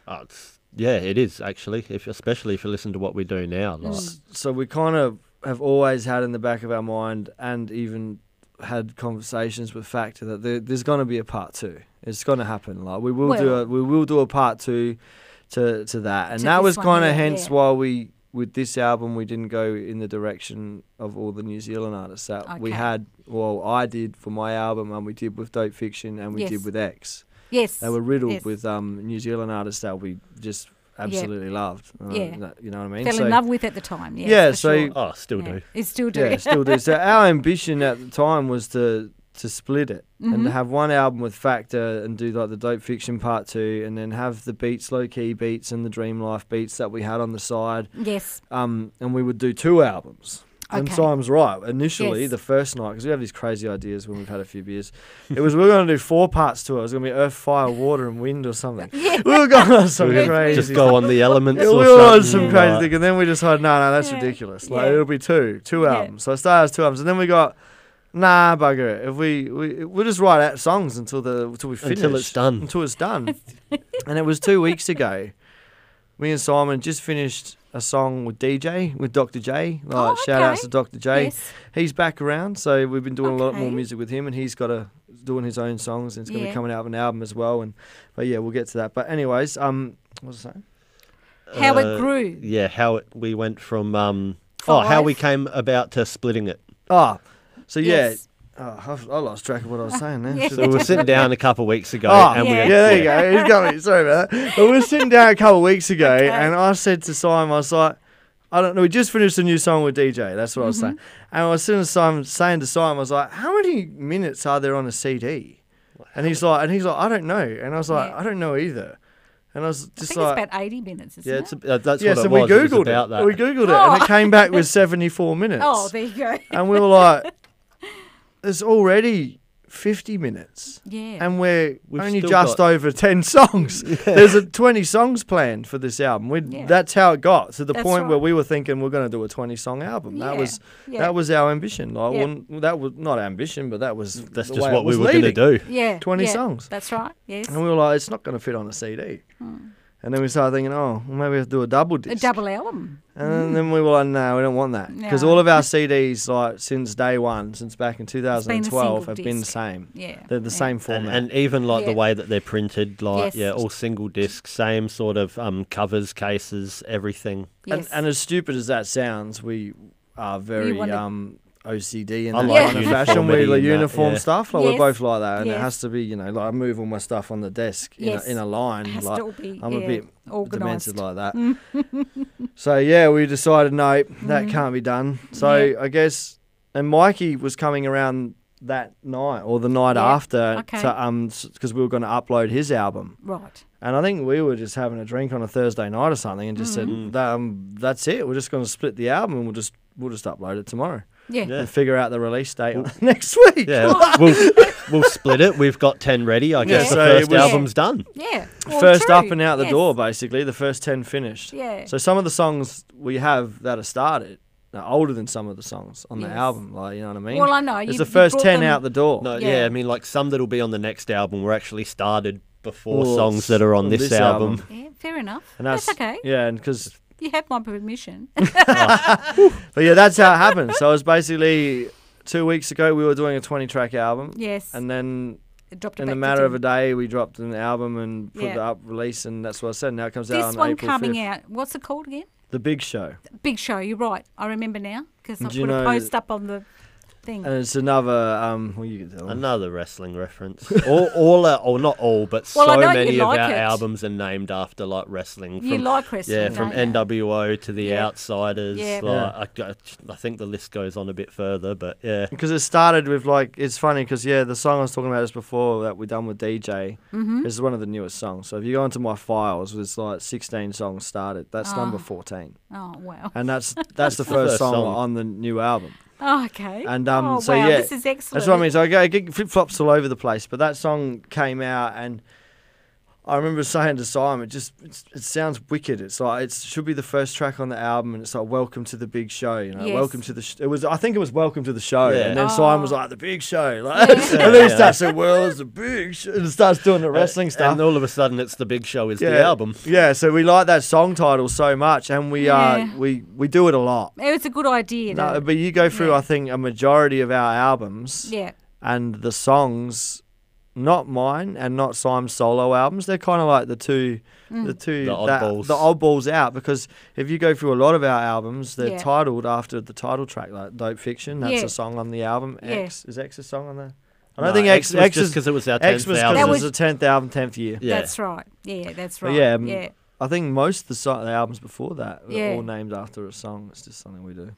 S5: Oh, it's- yeah, it is actually, if, especially if you listen to what we do now. Like,
S4: so we kind of have always had in the back of our mind and even had conversations with Factor that there, there's going to be a part two. It's going to happen. Like we will do
S3: Well-
S4: a we will do a part two to to that, and
S3: To
S4: that
S3: this
S4: was
S3: one,
S4: kind
S3: yeah,
S4: of hence
S3: yeah.
S4: why we with this album we didn't go in the direction of all the New Zealand artists that we
S3: Okay.
S4: had. Well, I did for my album, and we did with Dope Fiction, and we
S3: Yes.
S4: did with X.
S3: Yes.
S4: They were riddled
S3: Yes.
S4: with um, New Zealand artists that we just absolutely loved. Uh,
S3: Yeah.
S4: that- you know what I mean?
S3: fell
S4: So-
S3: in love with at the time. Yes,
S4: Yeah,
S3: for
S4: so-
S3: sure.
S5: oh, still
S3: Mm. Yeah.
S5: do.
S3: It's still do.
S4: Yeah, still do. So our ambition at the time was to to split it and to have one album with Factor and do like the Dope Fiction part two, and then have the beats, low key beats, and the Dream Life beats that we had on the side.
S3: [LAUGHS] yes.
S4: Um, and we would do two albums. And
S3: Okay.
S4: Simon's right. Initially,
S3: Yes.
S4: the first night, because we have these crazy ideas when we've had a few beers, it was we were going to do four parts to it. It was going to be Earth, Fire, Water, and Wind or something. We were going on some
S5: We'd
S4: crazy
S5: Just go on the elements
S4: yeah,
S5: or
S4: we were
S5: something,
S4: on
S5: Mm.
S4: some
S5: like-
S4: crazy thing, and then we decided, no, no, that's
S3: Yeah.
S4: ridiculous. Like
S3: Yeah.
S4: it'll be two, two
S3: Yeah.
S4: albums. So I started as two albums, and then we got, nah, bugger it. If we we we'll just write out songs until the until we finish
S5: Until it's done.
S4: until
S3: [LAUGHS]
S4: it's done. and it was two weeks ago. Me and Simon just finished a song with DJ with Dr J. Like
S3: Oh,
S4: shout outs
S3: okay.
S4: to Dr J.
S3: Yes.
S4: He's back around, so we've been doing a lot more
S3: Okay.
S4: music with him, and he's got a doing his own songs, and it's going to
S3: Yeah.
S4: be coming out of an album as well. And but yeah, we'll get to that. But anyways, um, what was I saying?
S3: How
S5: Uh,
S3: it grew.
S5: Yeah, how it, we went from um, oh how we
S3: Five.
S5: came about to splitting it.
S4: Ah, so yeah,
S3: Yes.
S4: oh, I've, I lost track of what I was saying there.
S3: [LAUGHS]
S5: So we were sitting down a couple of weeks ago,
S4: Oh,
S5: and
S4: yeah.
S5: we
S3: Yeah.
S5: had,
S4: there you go. He's got me. Sorry about that. But we were sitting down a couple of weeks ago, and I said to Simon, I was like, I don't know. We just finished a new song with DJ. That's what I was
S3: Mm-hmm.
S4: saying. And I was sitting to Simon, saying to Simon, I was like, how many minutes are there on a CD? And he's like, and he's like, I don't know. And I was like,
S3: Yeah.
S4: I don't know either. And I was
S3: I
S4: just
S3: think
S4: like,
S3: it's about 80 minutes, isn't
S5: Yeah,
S3: it?
S5: it's, a- uh, that's
S4: yeah.
S5: what
S4: So
S5: it was.
S4: we
S5: it was
S4: googled
S5: about
S4: it.
S5: that.
S4: We googled it, and
S3: Oh.
S4: it came
S3: [LAUGHS]
S4: back with seventy-four minutes
S3: oh, there you go.
S4: [LAUGHS] and we were like, "There's already 50 minutes,
S3: Yeah.
S4: and we're
S5: We've
S4: only
S5: still
S4: just
S5: got-
S4: over
S5: [LAUGHS]
S4: 10 songs. There's a 20 songs planned for this album. We
S3: Yeah.
S4: That's how it got to the
S3: That's
S4: point where
S3: right.
S4: we were thinking we're going to do a 20 song album. That
S3: Yeah,
S4: was
S3: yeah.
S4: that was our ambition. Like,
S3: Yeah.
S4: well, that was not ambition, but that was
S5: That's
S4: the
S5: just
S4: way it
S5: what we
S4: was
S5: were going to
S4: leading.
S3: [LAUGHS]
S5: do.
S3: yeah.
S4: 20
S3: yeah.
S4: songs.
S3: That's right. Yes.
S4: And we were like, "It's not going to fit on a CD." And then we started thinking, "Oh, well, maybe we have to do a double
S3: Hmm. A
S4: disc."
S3: double album.
S4: And then we were like, no, we don't want that. Because
S3: No.
S4: all of our CDs, like since day one, since back in 2012, have been the
S3: disc.
S4: same.
S3: Yeah,
S4: They're the
S3: yeah.
S4: same
S5: And,
S4: format.
S5: and even like the
S3: Yeah.
S5: way that they're printed,
S3: Yes.
S5: like yeah, all single disc, same sort of um, covers, cases, everything.
S3: Yes.
S4: and, and as stupid as that sounds, we are very
S3: wanna-
S4: um, OCD in
S5: I
S4: that
S5: like
S4: kind of fashion. We
S5: uniformity
S4: like
S5: in that,
S4: uniform
S5: yeah.
S4: stuff. Like we're
S3: Yes.
S4: both like that, and it
S3: Yes.
S4: has to be, you know, like I move all my stuff on the desk
S3: Yes.
S4: in, a, in a line.
S3: Has
S4: like,
S3: to all be,
S4: I'm
S3: yeah,
S4: a bit
S3: organised.
S4: demented like that. [LAUGHS] so yeah, we decided no, that can't be done. So
S3: Yeah.
S4: I guess, and Mikey was coming around that night or the night
S3: Yeah.
S4: after
S3: Okay.
S4: to um because we were going to upload his album.
S3: right.
S4: And I think we were just having a drink on a Thursday night or something, and just said, um, "That's it. We're just going to split the album, and we'll just we'll just upload it tomorrow
S3: Yeah.
S5: Yeah.
S4: and figure out the release date [LAUGHS] next week."
S5: Yeah,
S3: [LAUGHS]
S5: we'll we'll split it. We've got ten ready. I guess
S3: so
S5: the first
S4: it was-
S5: album's done.
S3: Yeah. Well,
S4: first
S3: true.
S4: up and out the
S3: Yes.
S4: door, basically. The first ten finished.
S3: Yeah.
S4: So some of the songs we have that are started are older than some of the songs on the
S3: Yes.
S4: album. Like you know what I mean?
S3: Well, I know, you-
S4: It's
S3: you
S4: the first
S3: brought
S4: ten
S3: them-
S4: out the door.
S5: No, yeah.
S3: Yeah.
S5: I mean, like some that'll be on the next album were actually started before
S4: Or
S5: songs that are on
S4: on
S5: this,
S4: this
S5: album.
S4: album.
S3: Yeah, fair enough.
S4: and
S3: that's, okay.
S4: Yeah, and because
S3: You have my
S4: [LAUGHS]
S3: permission. [LAUGHS]
S4: but yeah, that's how it happened. So it was basically two weeks ago we were doing a twenty track album.
S3: yes.
S4: And then
S3: dropped it
S4: in a
S3: back to
S4: matter of a
S3: 10.
S4: day, we dropped an album and put
S3: Yeah.
S4: it up, release, and that's what I said. Now it comes out
S3: This
S4: on
S3: one
S4: April
S3: coming
S4: 5th.
S3: out. What's it called again?
S4: The Big Show.
S3: Big Show. You're right. I remember now because I
S4: Do you
S3: put a
S4: know- Uh,
S3: post up on the thing.
S4: And it's another. Um, well, you can tell.
S5: Another wrestling reference. all, [LAUGHS] all, uh, or not all, but
S3: Well, I
S5: so
S3: know you
S5: many of
S3: like
S5: our
S3: it.
S5: albums are named after like wrestling.
S3: you like wrestling,
S5: yeah, from
S3: don't you?
S5: NWO to the
S3: Yeah.
S5: Outsiders.
S3: Yeah.
S5: Like, I, I- I think the list goes on a bit further, but yeah.
S4: Because it started with like it's funny because yeah the song I was talking about just before that we done with DJ is one of the newest songs. So if you go into my files, it's like 16 songs started. That's number 14,
S3: Oh wow.
S4: and that's that's the first
S5: first
S4: song,
S5: song.
S4: on the new album.
S3: Oh, okay.
S4: And um,
S3: oh,
S4: so
S3: wow,
S4: yeah,
S3: this is excellent.
S4: That's what I mean. So I go flip flops all over the place, but that song came out and. I remember saying to Simon, it just it's, it sounds wicked. It's like it should be the first track on the album, and it's like Welcome to the Big Show, you know.
S3: Yes.
S4: Welcome to the. Sh- it was I think it was Welcome to the Show,
S5: Yeah.
S4: and then
S3: Oh.
S4: Simon was like the Big Show, [LAUGHS] like, and then he starts saying, "Well, it's the Big," show, and starts doing the [LAUGHS] wrestling stuff.
S5: Uh, And all of a sudden, it's the big show is the album.
S4: Yeah, so we like that song title so much, and we
S3: Yeah.
S4: uh we we do it a lot.
S3: It was a good idea.
S4: No,
S3: though.
S4: but you go through,
S3: Yeah.
S4: I think, a majority of our albums
S3: yeah.
S4: and the songs, not mine and not Sime's solo albums, they're kind of like the two,
S3: Mm.
S4: the two
S5: The
S4: that-
S5: oddballs.
S4: the oddballs out because if you go through a lot of our albums, they're
S3: Yeah.
S4: titled after the title track, like Dope Fiction. That's
S3: Yeah.
S4: a song on the album.
S3: Yeah.
S4: X is X a song on there. I don't
S5: No,
S4: think
S5: was
S4: X X
S5: just
S4: is
S5: because it was our
S4: X
S5: tenth
S4: was
S5: album.
S3: That
S4: because it was
S3: was-
S4: the tenth album, tenth year.
S5: yeah.
S3: That's right. Yeah, that's
S4: But
S3: right.
S4: yeah, um,
S3: yeah.
S4: I think most of the, so- the albums before that were
S3: Yeah.
S4: all named after a song. It's just something we do.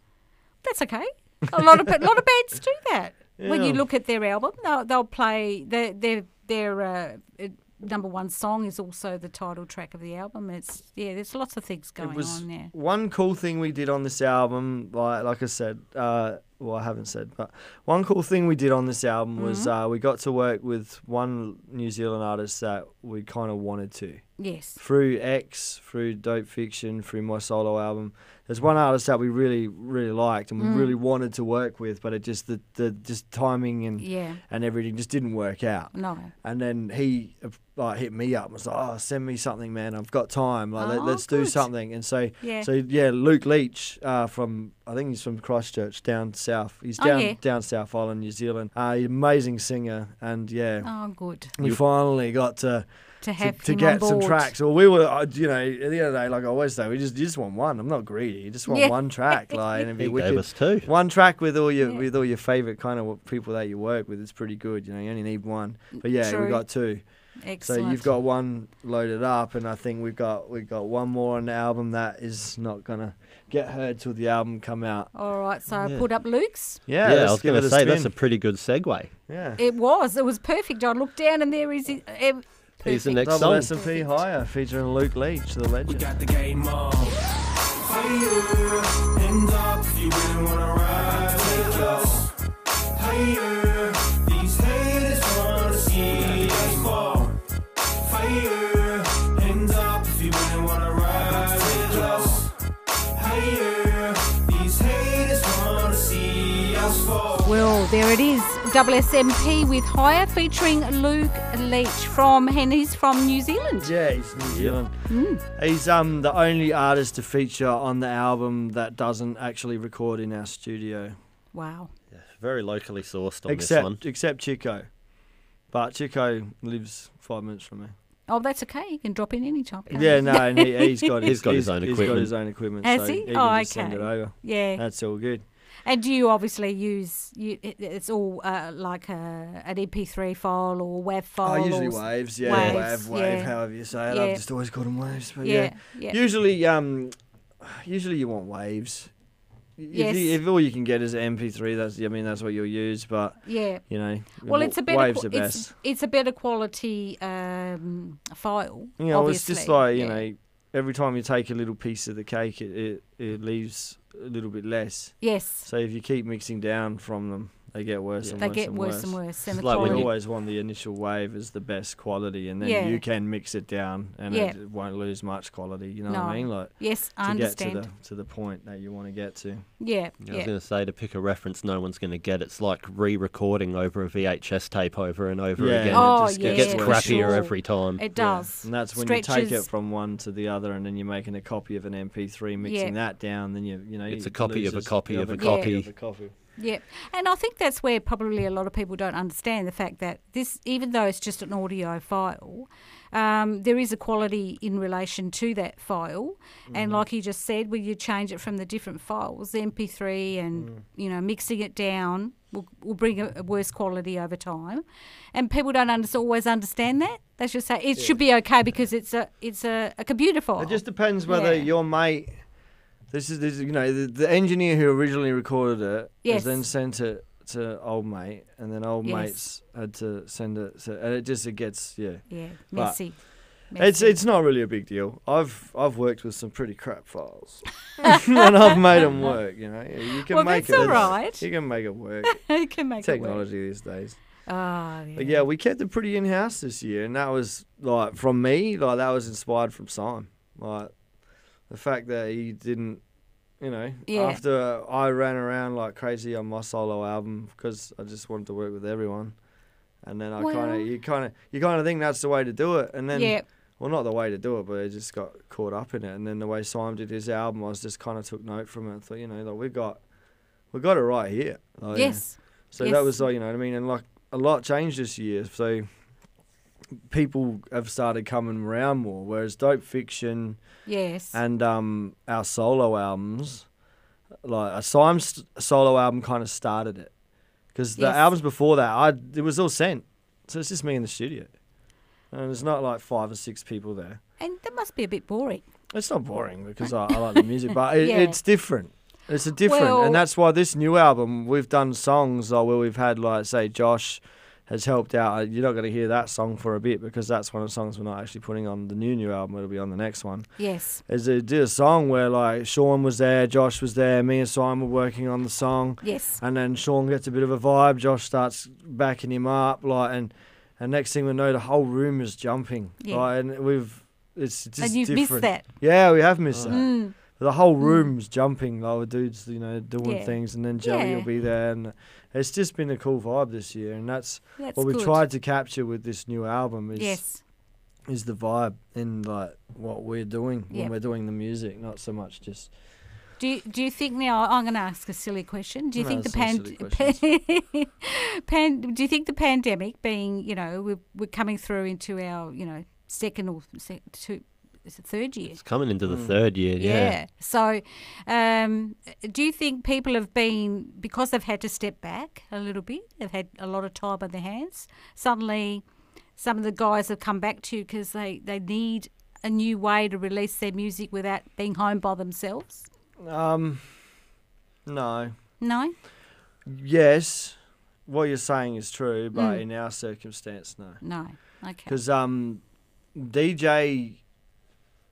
S3: That's okay. A lot of a
S4: [LAUGHS]
S3: lot of bands do that. When you
S4: Yeah.
S3: look at their album, they'll, they'll play their their their uh, uh, number one song is also the title track of the album. It's yeah, there's lots of things going
S4: it was
S3: on there.
S4: One cool thing we did on this album, like, like I said, uh, well, I haven't said, but one cool thing we did on this album
S3: Mm-hmm.
S4: was uh, we got to work with one New Zealand artist that we kind of wanted to.
S3: Yes.
S4: Through X, through Dope Fiction, through my solo album, there's one artist that we really, really liked and we
S3: Mm.
S4: really wanted to work with, but it just the, the just timing and
S3: Yeah.
S4: and everything just didn't work out.
S3: No.
S4: And then he uh, like hit me up and was like, "Oh, send me something, man. I've got time. Like,
S3: Oh,
S4: let, let's do
S3: good.
S4: something." And so,
S3: Yeah.
S4: so yeah, Luke Leach uh, from I think he's from Christchurch, down south. He's
S3: Oh,
S4: down
S3: yeah.
S4: down South Island, New Zealand. Uh, he's an amazing singer, and yeah,
S3: Oh, good
S4: we finally got to
S3: to
S4: to,
S3: have
S4: to
S3: him on
S4: get
S3: board.
S4: some tracks. Well, we were, uh, you know, at the end of the day, like I always say, we just you just want one. I'm not greedy. You just want
S3: Yeah.
S4: one
S3: [LAUGHS]
S4: track, like, and it'd be
S5: He
S4: wicked.
S5: gave us two.
S4: One track with all your
S3: Yeah.
S4: with all your favorite kind of people that you work with is pretty good. You know, you only need one, but yeah,
S3: True.
S4: we got two.
S3: Excellent.
S4: So you've got one loaded up, and I think we've got we've got one more on the album that is not gonna get heard till the album come out.
S3: All right. So I
S5: Yeah.
S3: put up Luke's.
S4: Yeah,
S5: yeah,
S4: let's
S5: I was
S4: give
S5: going
S4: it
S5: to
S4: a
S5: say
S4: spin.
S5: that's a pretty good segue.
S4: yeah.
S3: It was. It was perfect. I looked down and there is. it- eh,
S5: Here's the
S3: perfect.
S5: next
S4: Double
S5: song.
S4: S and P higher featuring Luke Leach, the
S6: We
S4: legend.
S6: got the game on. For you, hands up if you really wanna ride with us. Higher, these haters wanna see us fall. Fire, hands up if you really wanna ride with us. Higher, these haters wanna see us fall.
S3: Well, there it is. Double SMP with Higher featuring Luke Leach from, and he's from New Zealand.
S4: Yeah, he's New Zealand.
S3: Mm.
S4: He's um the only artist to feature on the album that doesn't actually record in our studio,
S3: Wow.
S5: Very locally sourced on this one.
S4: except except Chico. But Chico lives five minutes from me.
S3: Oh, that's okay. You can drop in any time. can't
S4: Yeah,
S3: you? [LAUGHS]
S4: no, and he,
S5: [LAUGHS]
S4: he's got
S5: He's got his own
S4: He's got his own equipment.
S3: Has
S4: so
S3: he?
S4: can
S3: Oh,
S4: just Send it
S3: okay.
S4: over.
S3: Yeah.
S4: That's all good.
S3: and you obviously use you, it, it's all uh, like a, an MP3 file or WAV file.
S4: oh, usually
S3: or, s-
S4: waves, yeah,
S3: waves,
S4: wave, wave,
S3: yeah.
S4: however you say it.
S3: Yeah.
S4: I've just always called them waves, but
S3: Yeah.
S4: yeah.
S3: Yeah.
S4: Usually, um, usually you want waves. If you-
S3: Yes.
S4: If, all you can get is an MP3, that's I mean that's what you'll use, but
S3: yeah.
S4: you know,
S3: Well,
S4: wa-
S3: it's a better
S4: waves
S3: qua-
S4: are best.
S3: It's, it's a better quality um, file.
S4: You know,
S3: obviously.
S4: it's just like you
S3: Yeah.
S4: know, every time you take a little piece of the cake, it, it it leaves a little bit less.
S3: Yes,
S4: So if you keep mixing down from them, they get worse and
S3: they
S4: worse
S3: get
S4: and
S3: worse
S4: worse.
S3: and worse. And the
S5: It's like
S4: We
S5: when you-
S3: quality.
S4: always want the initial wave as the best quality, and then
S3: Yeah.
S4: you can mix it down, and
S3: Yeah.
S4: it won't lose much quality. You know what
S3: No.
S4: I mean? Like
S3: yes,
S4: to
S3: I understand.
S4: get to the to the point that you want to get to.
S3: yeah,
S5: I was
S3: yeah.
S5: going to say to pick a reference no one's going to get. It's like re-recording over a VHS tape over and over
S4: Yeah.
S5: again.
S3: Oh,
S4: just
S3: yeah.
S5: it gets
S3: for
S5: crappier
S3: sure.
S5: every time.
S3: It does.
S4: And that's when you take
S3: Stretches.
S4: it from one to the other, and then you're making a copy of an MP3, mixing
S3: Yeah.
S4: that down. Then you you know
S5: It's
S4: you
S5: a copy of a
S4: loses
S5: copy
S4: the
S5: of a
S4: other
S3: copy.
S4: of a copy.
S3: Yeah, and I think that's where probably a lot of people don't understand the fact that this, even though it's just an audio file, um, there is a quality in relation to that file.
S4: Mm-hmm.
S3: And like you just said, when you change it from the different files, the MP3, and
S4: Mm.
S3: you know mixing it down will, will bring a, a worse quality over time. And people don't under, always understand that. They should say it should be okay because it's a it's a, a computer file.
S4: It just depends whether
S3: Uh-huh. Yeah.
S4: your mate. This is this, is- you know the, the engineer who originally recorded it
S3: Yes.
S4: has then sent it to old mate, and then old
S3: Yes.
S4: mates had to send it. So and it just it gets yeah.
S3: yeah,
S4: But
S3: messy.
S4: It's
S3: Messy.
S4: it's not really a big deal. I've I've worked with some pretty crap files, [LAUGHS] and I've made them work. You know, you can
S3: Well,
S4: make
S3: that's
S4: it.
S3: all right.
S4: You can make it work.
S3: You can [LAUGHS] make [LAUGHS] It work.
S4: Technology these days.
S3: Ah,
S4: But yeah, we kept it pretty in house this year, and that was like from me, like that was inspired from Simon. Like the fact that he didn't, you know,
S3: Yeah.
S4: after I ran around like crazy on my solo album because I just wanted to work with everyone, and then I kind
S3: Well-
S4: of you kind of you kind of think that's the way to do it, and then
S3: yeah.
S4: well, not the way to do it, but I just got caught up in it. And then the way Simon did his album, I was just kind of took note from it. and Thought, you know, like we got, we got it right here. Like,
S3: Yes.
S4: so
S3: Yes.
S4: that was like, you know what I mean? And like a lot changed this year. So people have started coming around more. Whereas Dope Fiction
S3: Yes.
S4: and um, our solo albums, like a Sime's solo album kind of started it. Because the
S3: Yes.
S4: albums before that, I it was all sent. So it's just me in the studio. And it's not like five or six people there.
S3: and that must be a bit boring.
S4: It's
S3: [LAUGHS]
S4: not boring because I, I like the music, but it,
S3: Yeah.
S4: it's different. It's a different,
S3: Well-
S4: and that's why this new album we've done songs like where we've had like say Josh has helped out. Uh, You're not going to hear that song for a bit because that's one of the songs we're not actually putting on the new new album. It'll be on the next one.
S3: Yes.
S4: Is they did a song where like Sean was there, Josh was there, me and Simon were working on the song,
S3: Yes.
S4: and then Sean gets a bit of a vibe. Josh starts backing him up, like and and next thing we know, the whole room is jumping.
S3: Yeah.
S4: Like, and we've it's just
S3: and you've missed
S4: different.
S3: that.
S4: Yeah, we have missed that.
S3: Mm.
S4: The whole room's jumping, like the dudes, you know, doing
S3: Yeah.
S4: things, and then Joey
S3: Yeah.
S4: will be there, and it's just been a cool vibe this year, and that's
S3: That's
S4: what
S3: good.
S4: we've tried to capture with this new album is
S3: Yes.
S4: is the vibe and like what we're doing
S3: Yep.
S4: when we're doing the music, not so much just
S3: Do you, do you think now? I'm going to ask a silly question. Do you
S4: No,
S3: think the
S4: it's not
S3: pan, [LAUGHS] pan do you think the pandemic being you know we're, we're coming through into our you know second or se- two is it third year?
S5: It's coming into the third year. Yeah.
S3: So, um, do you think people have been because they've had to step back a little bit? They've had a lot of time on their hands. Suddenly, some of the guys have come back to you because they they need a new way to release their music without being home by themselves.
S4: um no
S3: No.
S4: yes what you're saying is true, but
S3: Mm.
S4: in our circumstance, no.
S3: No. Okay.
S4: because um, DJ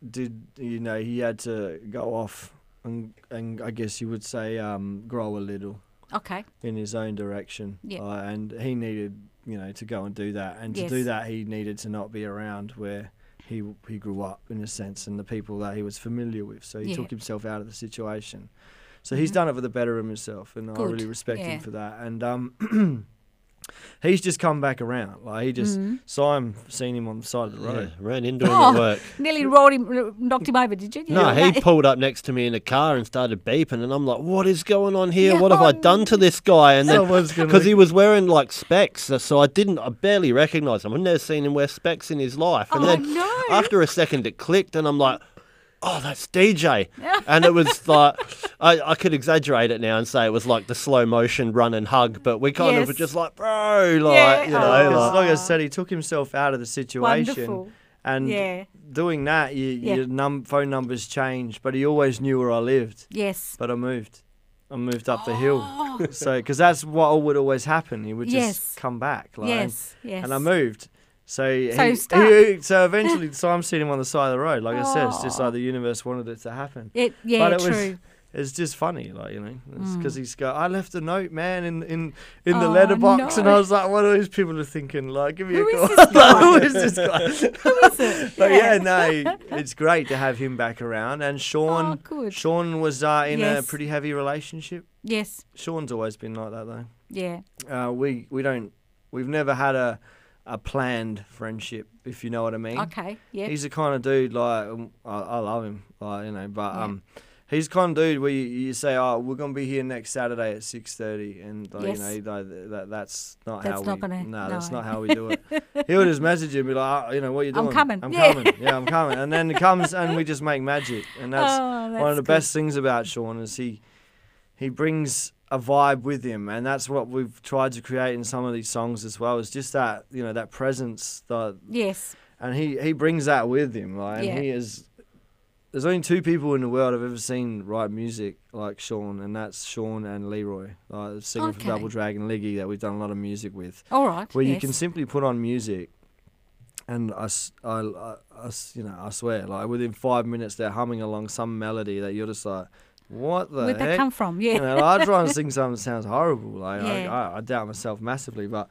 S4: did you know he had to go off and and I guess you would say um, grow a little
S3: Okay.
S4: in his own direction.
S3: Yeah.
S4: Uh, and he needed you know to go and do that, and to do
S3: Yes.
S4: that he needed to not be around where. He, he grew up in a sense and the people that he was familiar with so he
S3: Yeah. Mm-hmm.
S4: took himself out of the situation so he's done it for the better of himself and i really
S3: Good.
S4: respect
S3: Yeah.
S4: him for that and um, [CLEARS THROAT] he's just come back around like he just
S3: Mm-hmm.
S4: saw him seen him on the side of the road
S5: Yeah, Ran into him
S3: Oh.
S5: at work.
S3: Nearly rolled him, knocked him over. Did you? You
S5: No,
S3: know [LAUGHS]
S5: he
S3: that?
S5: pulled up next to me in a car and started beeping, and I'm like, "What is going on here?
S3: Yeah,
S5: What have I
S3: oh,
S5: done to this
S3: [LAUGHS]
S5: guy?" And then
S4: Someone's gonna
S5: because
S4: look-
S5: he was wearing like specs, uh, so- so I didn't, I barely recognised him. I've never seen him wear specs in his life. And
S3: Oh,
S5: then
S3: no.
S5: after a second, it clicked, and I'm like. Oh, that's DJ,
S3: [LAUGHS]
S5: and it was like I, I could exaggerate it now and say it was like the slow motion run and hug, but we kind of were
S3: Yes.
S5: just like, bro, like
S3: Yeah.
S5: you
S4: you know,
S5: know,
S3: Oh.
S5: like,
S4: like, like I said, he took himself out of the situation.
S3: Wonderful.
S4: And
S3: Yeah.
S4: doing that, you,
S3: Yeah.
S4: your num- phone numbers changed, but he always knew where I lived.
S3: Yes.
S4: But I moved. I moved up the hill. [LAUGHS] So, because that's what would always happen. He would just
S3: Oh. Yes.
S4: come back. Like,
S3: Yes. Yes.
S4: And I moved. So,
S3: So
S4: he,
S3: stuck.
S4: he- so eventually, so I'm sitting on the side of the road. Like I said, it's just
S3: Aw.
S4: like the universe wanted it to happen.
S3: It, yeah.
S4: but it
S3: true.
S4: was it's just funny, like you know, because he's got. I left a note, man, in in in the
S3: Hmm. Oh,
S4: letterbox, and
S3: no.
S4: I was like, what are these people are thinking? Like, give me
S3: Who
S4: a
S3: is
S4: call.
S3: this guy?
S4: [LAUGHS] Who is this guy?
S3: [LAUGHS] Who is it?
S4: [LAUGHS] But yeah, no, it's great to have him back around. And
S3: Oh,
S4: Sean,
S3: good.
S4: Sean was uh, in
S3: Yes.
S4: a pretty heavy relationship.
S3: Yes.
S4: Sean's always been like that though.
S3: Yeah.
S4: Uh, we we don't we've never had a a planned friendship, if you know what I mean
S3: Okay. Yeah.
S4: he's the kind of dude like um, I, I love him, like you know. But
S3: Yeah.
S4: um, he's kind of dude where you, you say, "Oh, we're gonna be here next Saturday at 6.30 and like,
S3: Yes.
S4: you know, like, that, that's not
S3: That's
S4: how
S3: not
S4: we.
S3: gonna-
S4: no, that's
S3: no.
S4: not how we
S3: [LAUGHS]
S4: do it. he would just message you and be like, oh, you know, what you
S3: I'm
S4: doing?
S3: coming."
S4: I'm
S3: Yeah. [LAUGHS]
S4: coming. Yeah, I'm coming. And then it comes and we just make magic. And that's,
S3: Oh,
S4: one
S3: that's
S4: of the
S3: good.
S4: best things about Sean is he he brings a vibe with him, and that's what we've tried to create in some of these songs as well. Is just that you know that presence that,
S3: Yes.
S4: and he he brings that with him. Like
S3: Yeah.
S4: and he is. There's only two people in the world I've ever seen write music like Sean, and that's Sean and Leroy, like the singer
S3: Okay.
S4: for Double Dragon Liggy that we've done a lot of music with
S3: All right.
S4: where
S3: yes.
S4: you can simply put on music and I, s- I- I- I s- you know, I swear, like within five minutes they're humming along some melody that you're just like, what the
S3: Where'd
S4: heck?
S3: that come from?
S4: You
S3: Yeah.
S4: know, like, I try and sing something that sounds horrible. Like
S3: Yeah.
S4: I, I, I doubt myself massively, but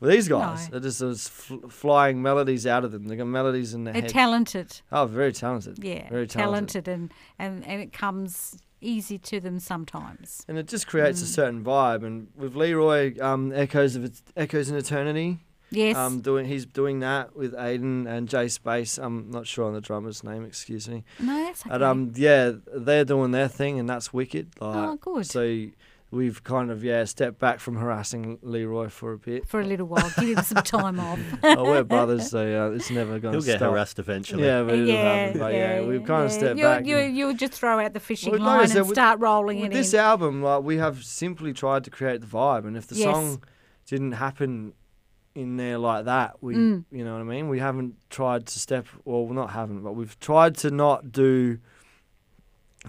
S4: with these guys,
S3: No.
S4: they're just those fl- flying melodies out of them. They got melodies in their
S3: They're
S4: head.
S3: talented.
S4: oh, very talented.
S3: Yeah.
S4: very talented.
S3: and, and and it comes easy to them sometimes.
S4: and it just creates a
S3: Mm.
S4: certain vibe. And with Leroy, um, echoes of Ets- echoes in eternity.
S3: Yes.
S4: Um, doing he's doing that with Aiden and Jay Space. I'm not sure on the drummer's name. Excuse me.
S3: no, that's okay.
S4: And um, yeah, they're doing their thing, and that's wicked.
S3: Oh,
S4: Like,
S3: good.
S4: So we've kind of yeah stepped back from harassing Leroy for
S3: [LAUGHS]
S4: a bit.
S3: for a little while, give him some time
S4: [LAUGHS]
S3: off.
S4: oh, we're brothers, so uh, it's never going
S5: He'll
S4: to
S5: get
S4: stop.
S5: harassed eventually.
S4: Yeah, but it'll
S3: yeah,
S4: happen. But yeah, we've kind of stepped
S3: you
S4: back.
S3: You
S4: and-
S3: you just throw out the fishing
S4: Well, like I
S3: line
S4: said,
S3: and
S4: with-
S3: start rolling
S4: With
S3: it
S4: this
S3: in.
S4: album, like we have simply tried to create the vibe, and if the
S3: Yes.
S4: song didn't happen in there like that, we,
S3: Mm.
S4: you know what I mean. We haven't tried to step, well, not haven't, but we've tried to not do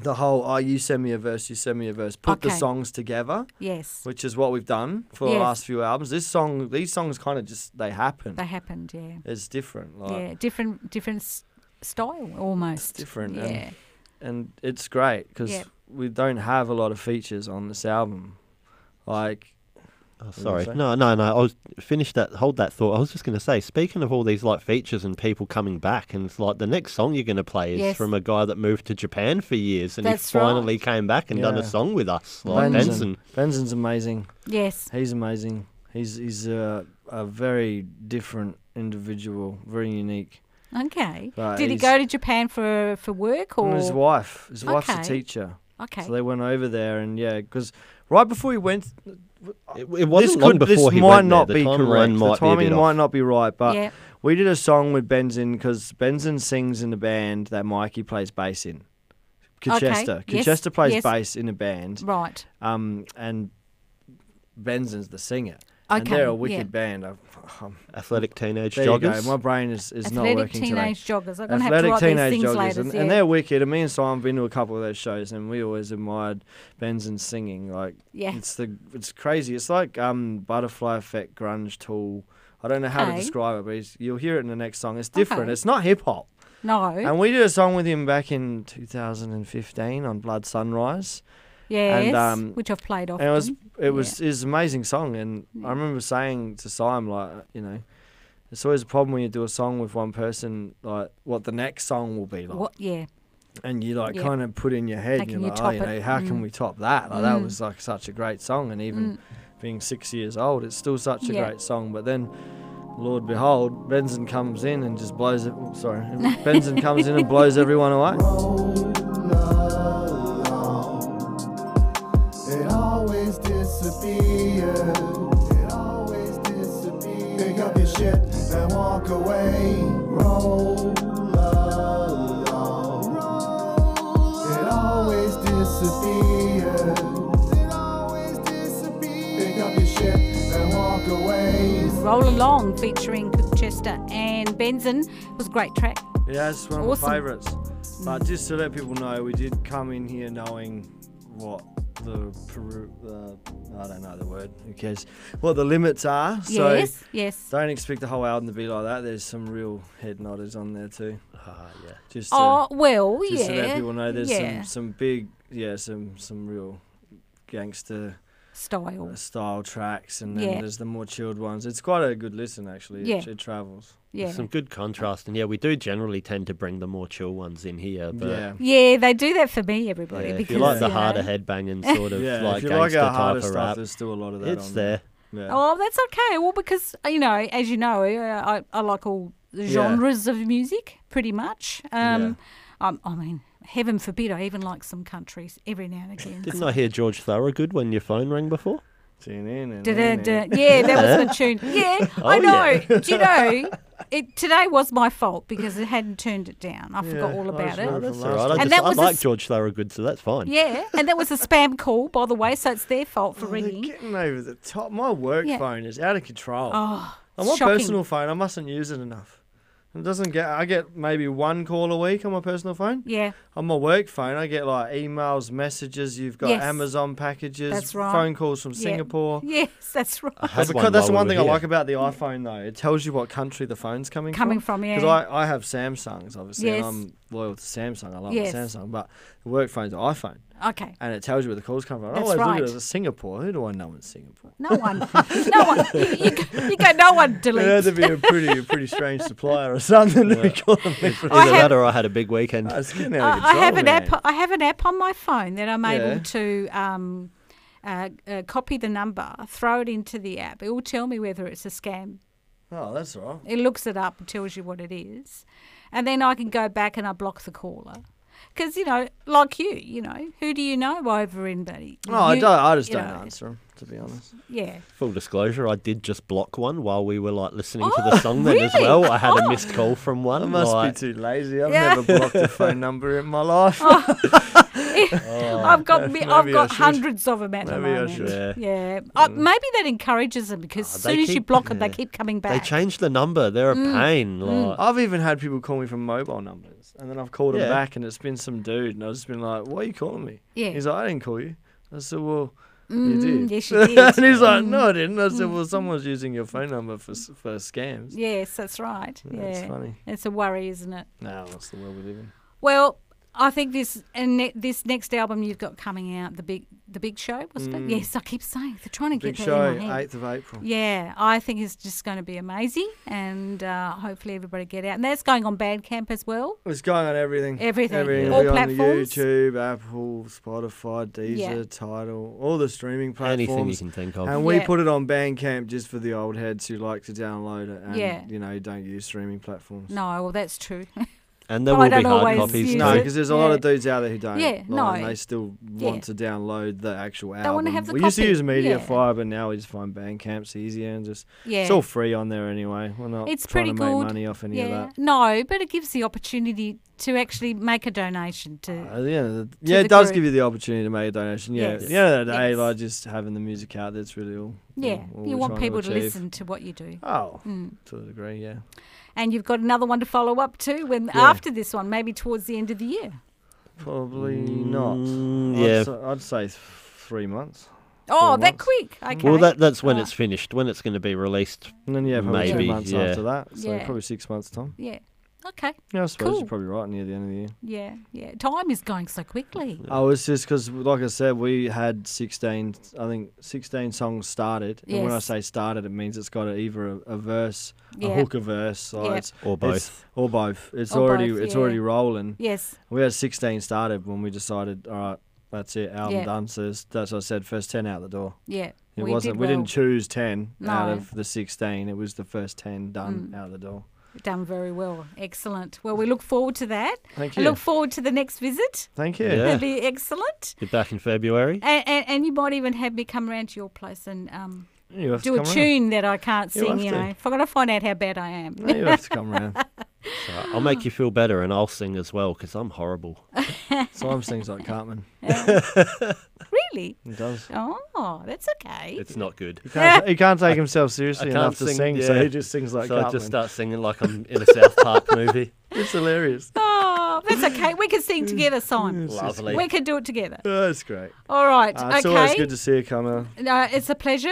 S4: the whole "oh, you send me a verse, you send me a verse." Put the
S3: Okay.
S4: songs together,
S3: yes,
S4: which is what we've done for the
S3: Yes.
S4: last few albums. This song, these songs, kind of just they happen.
S3: they happened. Yeah,
S4: it's different, like,
S3: yeah, different different s- style almost.
S4: different,
S3: Yeah,
S4: and- and it's great because
S3: Yep.
S4: we don't have a lot of features on this album, like.
S5: Oh,
S4: you
S5: sorry.
S4: say?
S5: No, no, no. I was finish that. Hold that thought. I was just going to say. Speaking of all these like features and people coming back, and it's like the next song you're going to play is
S3: Yes.
S5: from a guy that moved to Japan for years, and
S3: That's
S5: he
S3: right.
S5: finally came back and done
S4: Yeah.
S5: a song with us, like
S4: Benson.
S5: Benson.
S4: Benson's amazing.
S3: yes,
S4: He's amazing. He's he's a, a very different individual, very unique.
S3: okay.
S4: Right,
S3: Did he
S4: he's-
S3: go to Japan for for work or
S4: And his wife, his wife's a
S3: Okay.
S4: teacher,
S3: okay?
S4: so they went over there, and yeah, because right before he went,
S5: It, it wasn't
S4: this
S5: long
S4: could,
S5: before
S4: this
S5: he
S4: might
S5: went
S4: not
S5: there.
S4: be
S5: the timeline
S4: correct.
S5: Might
S4: the timing
S5: be a bit
S4: might
S5: off.
S4: not be right, but
S3: yeah,
S4: we did a song with Benzin because Benzin sings in the band that Mikey plays bass in.
S3: Okay,
S4: Colchester.
S3: yes,
S4: Colchester plays
S3: yes.
S4: bass in a band,
S3: right.
S4: um, and Benzin's the singer.
S3: Okay,
S4: And they're a
S3: yeah.
S4: wicked band. [SIGHS] i I'm
S5: Athletic teenage
S4: There
S5: joggers.
S4: you go. My brain is, is not
S3: Athletic
S4: working
S3: teenage joggers. I'm
S4: today.
S3: gonna have to
S4: Athletic
S3: write
S4: teenage
S3: these things
S4: joggers,
S3: later.
S4: and,
S3: yeah.
S4: and they're wicked. And me and Simon have been to a couple of those shows, and we always admired Benson's singing. Like
S3: yeah.
S4: it's the it's crazy. It's like um butterfly effect grunge tool. I don't know how to
S3: Okay.
S4: describe it, but it's, you'll hear it in the next song. It's different.
S3: Okay.
S4: It's not hip hop.
S3: no,
S4: And we did a song with him back in 2015 on Blood Sunrise,
S3: yes,
S4: um,
S3: which I've played often.
S4: and it was it was it was an amazing song. And I remember saying to Simon, like, you know, it's always a problem when you do a song with one person, like what the next song will be like,
S3: what? Yeah,
S4: and you like
S3: Yeah.
S4: kind of put in your head,
S3: How
S4: you're
S3: can you
S4: like, oh,
S3: top
S4: you
S3: it?
S4: know, how can
S3: Mm.
S4: we top that? Like, That
S3: Mm.
S4: was like such a great song, and even being six years old, it's still such a
S3: Yeah.
S4: great song. But then. Lord behold, Benson comes in and just blows it. oh, Sorry, [LAUGHS] Benson comes in and blows everyone away.
S6: It always disappears. It always disappears. Pick up your shit and walk away. Roll along. It always disappears. It always disappears. Pick up your shit and walk away.
S3: Roll Along featuring Colchester and Benson It was a great track.
S4: Yeah, it's one of
S3: Awesome.
S4: my favourites. But just to let people know, we did come in here knowing what the Peru, the I don't know the word. Who cares? What the limits are. So
S3: yes, yes.
S4: don't expect the whole album to be like that. There's some real head nodders on there too.
S5: Ah, yeah.
S4: Just to,
S3: Oh well,
S4: just
S3: yeah.
S4: to let people know, there's
S3: yeah.
S4: some some big, yeah, some some real gangster
S3: style.
S4: style tracks, and then
S3: Yeah.
S4: there's the more chilled ones. It's quite a good listen actually. It,
S3: Yeah.
S4: it travels.
S3: Yeah,
S5: Some good contrast, and yeah, we do generally tend to bring the more chill ones in here. But
S4: yeah.
S3: yeah. They do that for me,
S5: yeah,
S3: everybody. because
S5: if you like the
S3: know-
S5: harder headbanging sort of
S4: [LAUGHS] Yeah,
S5: like
S4: if you like
S5: gangster
S4: our
S5: type
S4: harder
S5: of
S4: stuff,
S5: rap,
S4: there's still a lot of that.
S5: it's
S4: on
S5: there.
S4: Yeah.
S3: Oh, that's okay. Well, because uh, you know, as you know, uh, I I like all the genres of music pretty much. Um, Um, I mean, heaven forbid, I even like some countries every now and again.
S5: Didn't I hear George Thorogood when your phone rang before?
S3: Da-da-da. Yeah, that was my tune. Yeah, I
S5: Oh,
S3: know.
S5: yeah.
S3: Do you know? It, today was my fault because it hadn't turned it down. I forgot all about it.
S5: That's all right. I,
S3: And
S5: just,
S3: that
S5: I
S3: was a
S5: like
S3: s-
S5: George Thorogood, so that's fine.
S3: Yeah, and that was a spam call, by the way, so it's their fault
S4: Oh,
S3: for ringing.
S4: Getting over the top. My work
S3: Yeah.
S4: phone is out of control.
S3: Oh,
S4: on my
S3: shocking.
S4: personal phone, I mustn't use it enough. It doesn't get. I get maybe one call a week on my personal phone.
S3: Yeah,
S4: On my work phone, I get like emails, messages. You've got
S3: Yes.
S4: Amazon packages,
S3: That's right.
S4: phone calls from
S3: yeah.
S4: Singapore.
S3: Yes, that's right.
S4: [LAUGHS]
S5: I had
S4: That's, because- that's the
S5: while
S4: one
S5: we
S4: thing
S5: were
S4: I
S5: here.
S4: like about the iPhone though. It tells you what country the phone's coming
S3: Coming
S4: from.
S3: from,
S4: Because
S3: yeah.
S4: I, I have Samsungs obviously,
S3: Yes.
S4: and I'm loyal to Samsung. I love
S3: Yes.
S4: my Samsung, but the work phone's an iPhone,
S3: okay.
S4: and it tells you where the calls come from. Oh, I
S3: That's
S4: always look
S3: right.
S4: at it as Singapore. Who do I know in Singapore?
S3: No one. No one. You, you, go- you go, no one
S4: It had
S3: deletes.
S4: to be a pretty, pretty strange supplier or something to be calling me from.
S3: I
S5: Either
S3: have-
S5: that or I had a big weekend.
S4: "Ah, It's getting out of
S3: I, I have an
S4: control, man.
S3: app. I have an app on my phone that I'm
S4: Oh, Yeah.
S3: able to um, uh, uh, copy the number, throw it into the app. It will tell me whether it's a scam.
S4: Oh, that's all right.
S3: It looks it up and tells you what it is, and then I can go back and I block the caller. Because you know, like you, you know, who do you know over in Buddy?
S4: No, Oh, I,
S3: You-
S4: don't, I just
S3: you
S4: don't
S3: know,
S4: answer them, to be honest.
S3: Yeah.
S5: Full disclosure, I did just block one while we were like listening to the song then as
S3: Oh, really?
S5: well. I had
S3: Oh.
S5: a missed call from one.
S4: I must
S5: like,
S4: be too lazy. I've
S3: Yeah.
S4: never blocked a phone number in my life.
S3: [LAUGHS] I've got me, I've
S4: Oh, maybe I
S3: got
S4: should.
S3: hundreds of them at the
S4: Maybe I
S3: moment.
S4: should. Oh,
S5: Yeah.
S3: Yeah, Uh, maybe that encourages them because
S5: Ah,
S3: as
S5: they
S3: soon as you
S5: keep-
S3: block them, they
S5: yeah.
S3: keep coming
S5: They
S3: back.
S5: changed the number. They're a
S3: Mm.
S5: pain. Like,
S4: I've even had people call me from mobile numbers, and then I've called them
S5: Yeah.
S4: back, and it's been some dude, and I've just been like, "Why are you calling me?"
S3: Yeah.
S4: He's like, "I didn't call you." I said, "Well, you
S3: Mm,
S4: did."
S3: yes,
S4: [LAUGHS]
S3: you did. Mm.
S4: and he's like, "No, I didn't." I said, "Well, someone's using your phone number for s- for scams."
S3: Yes, that's right. Yeah,
S4: That's funny.
S3: It's a worry, isn't it?
S4: Now that's the world we live in.
S3: Well, I think this and ne- this next album you've got coming out, the big the big show, was it? Yes, I keep saying they're trying to
S4: Mm. Big
S3: get
S4: show,
S3: that in my head.
S4: eighth of April.
S3: Yeah, I think it's just going to be amazing, and uh, hopefully everybody get out. And that's going on Bandcamp as well.
S4: It's going on everything.
S3: Everything.
S4: Everything.
S3: All
S4: It'll be on the
S3: platforms.
S4: YouTube, Apple, Spotify, Deezer,
S3: Yeah.
S4: Tidal, all the streaming platforms.
S5: anything you can think of.
S4: And we
S3: Yeah.
S4: put it on Bandcamp just for the old heads who like to download it and
S3: Yeah.
S4: you know don't use streaming platforms.
S3: No, well that's true. [LAUGHS]
S5: and there
S3: Oh, I
S5: will
S3: don't
S5: be hard
S3: always
S5: copies.
S3: use
S4: No,
S3: it.
S4: because there's a lot of
S3: Yeah.
S4: dudes out there who don't.
S3: Yeah,
S4: like, and
S3: no.
S4: they still
S3: Yeah.
S4: want to download the actual album.
S3: wanna have the
S4: we used to
S3: copy,
S4: use Media
S3: yeah.
S4: Fire, but now we just find Bandcamp's easier and just
S3: Yeah,
S4: it's all free on there anyway. We're not
S3: It's
S4: trying
S3: pretty
S4: to
S3: good.
S4: make money off any of that.
S3: No, but it gives the opportunity to actually make a donation to.
S4: Uh, yeah, the, yeah,
S3: the
S4: it does
S3: group.
S4: give you the opportunity to make a donation. Yeah,
S3: Yes.
S4: at the end of the day,
S3: Yes.
S4: like just having the music out, that's really all.
S3: Yeah,
S4: all
S3: you
S4: we're
S3: want
S4: trying
S3: people to
S4: achieve.
S3: listen to what you do.
S4: Oh,
S3: Mm.
S4: to a degree, yeah.
S3: And you've got another one to follow up to when
S4: Yeah.
S3: after this one, maybe towards the end of the year.
S4: Probably not.
S5: Mm,
S4: I'd,
S5: yeah.
S4: say, I'd say th- three months.
S3: Oh,
S4: Four
S3: that
S4: months.
S3: quick. Okay.
S5: Well, that that's when
S3: Right.
S5: it's finished. When it's going to be released.
S4: And then, yeah, probably
S5: Maybe,
S4: two months
S5: yeah.
S4: after that. So
S3: Yeah.
S4: probably six months' time.
S3: Yeah. Okay.
S4: Yeah, I suppose
S3: Cool.
S4: you're probably right near the end of the year.
S3: Yeah. Yeah. Time is going so quickly.
S4: Oh, it's just because, like I said, we had 16, I think 16 songs started. And when I
S3: Yes.
S4: say started, it means it's got a, either a, a verse,
S3: Yeah.
S4: a hook, a verse, like
S3: Yeah.
S4: it's,
S5: Or
S4: it's- or both. It's
S3: Or
S4: already
S3: both,
S4: it's
S3: yeah.
S4: already rolling.
S3: Yes.
S4: We had 16 started when we decided, all right, that's it, album
S3: Yeah.
S4: done. So it's- that's what I said, first 10 out the door.
S3: Yeah.
S4: It wasn't. we
S3: well.
S4: didn't choose ten out
S3: No.
S4: of the sixteen. It was the first ten done
S3: Mm.
S4: out of the door.
S3: Done very well. Excellent. Well, we look forward to that.
S4: Thank
S3: I
S4: you.
S3: look forward to the next visit.
S4: Thank you.
S5: Yeah.
S3: That'll be excellent.
S5: Be back in February.
S3: And, and, and you might even have me come round to your place and um,
S4: You have
S3: do
S4: to
S3: a
S4: come
S3: tune that I can't
S4: You'll
S3: sing,
S4: have
S3: you
S4: to.
S3: know. I've got to find out how bad I am.
S4: Round. No, you have to come round.
S5: So I'll make you feel better, and I'll sing as well because I'm horrible.
S4: Slime sings like Cartman.
S3: really?
S4: He does.
S3: Oh, that's okay.
S5: It's not good.
S4: He can't, he can't take
S5: I
S4: himself seriously
S5: can't
S4: enough to
S5: sing,
S4: sing, so
S5: yeah.
S4: he just sings [LAUGHS] like
S5: so I
S4: Cartman.
S5: just uh, start singing like I'm in a South Park
S4: [LAUGHS]
S5: movie.
S4: It's hilarious.
S3: Oh, that's okay. We can
S4: [LAUGHS]
S3: sing together, Simon.
S5: Lovely.
S3: We can do it together.
S5: Oh,
S4: That's great.
S3: All right.
S4: Uh, it's
S3: okay.
S4: always good to see you, Carmel.
S3: No, it's a pleasure,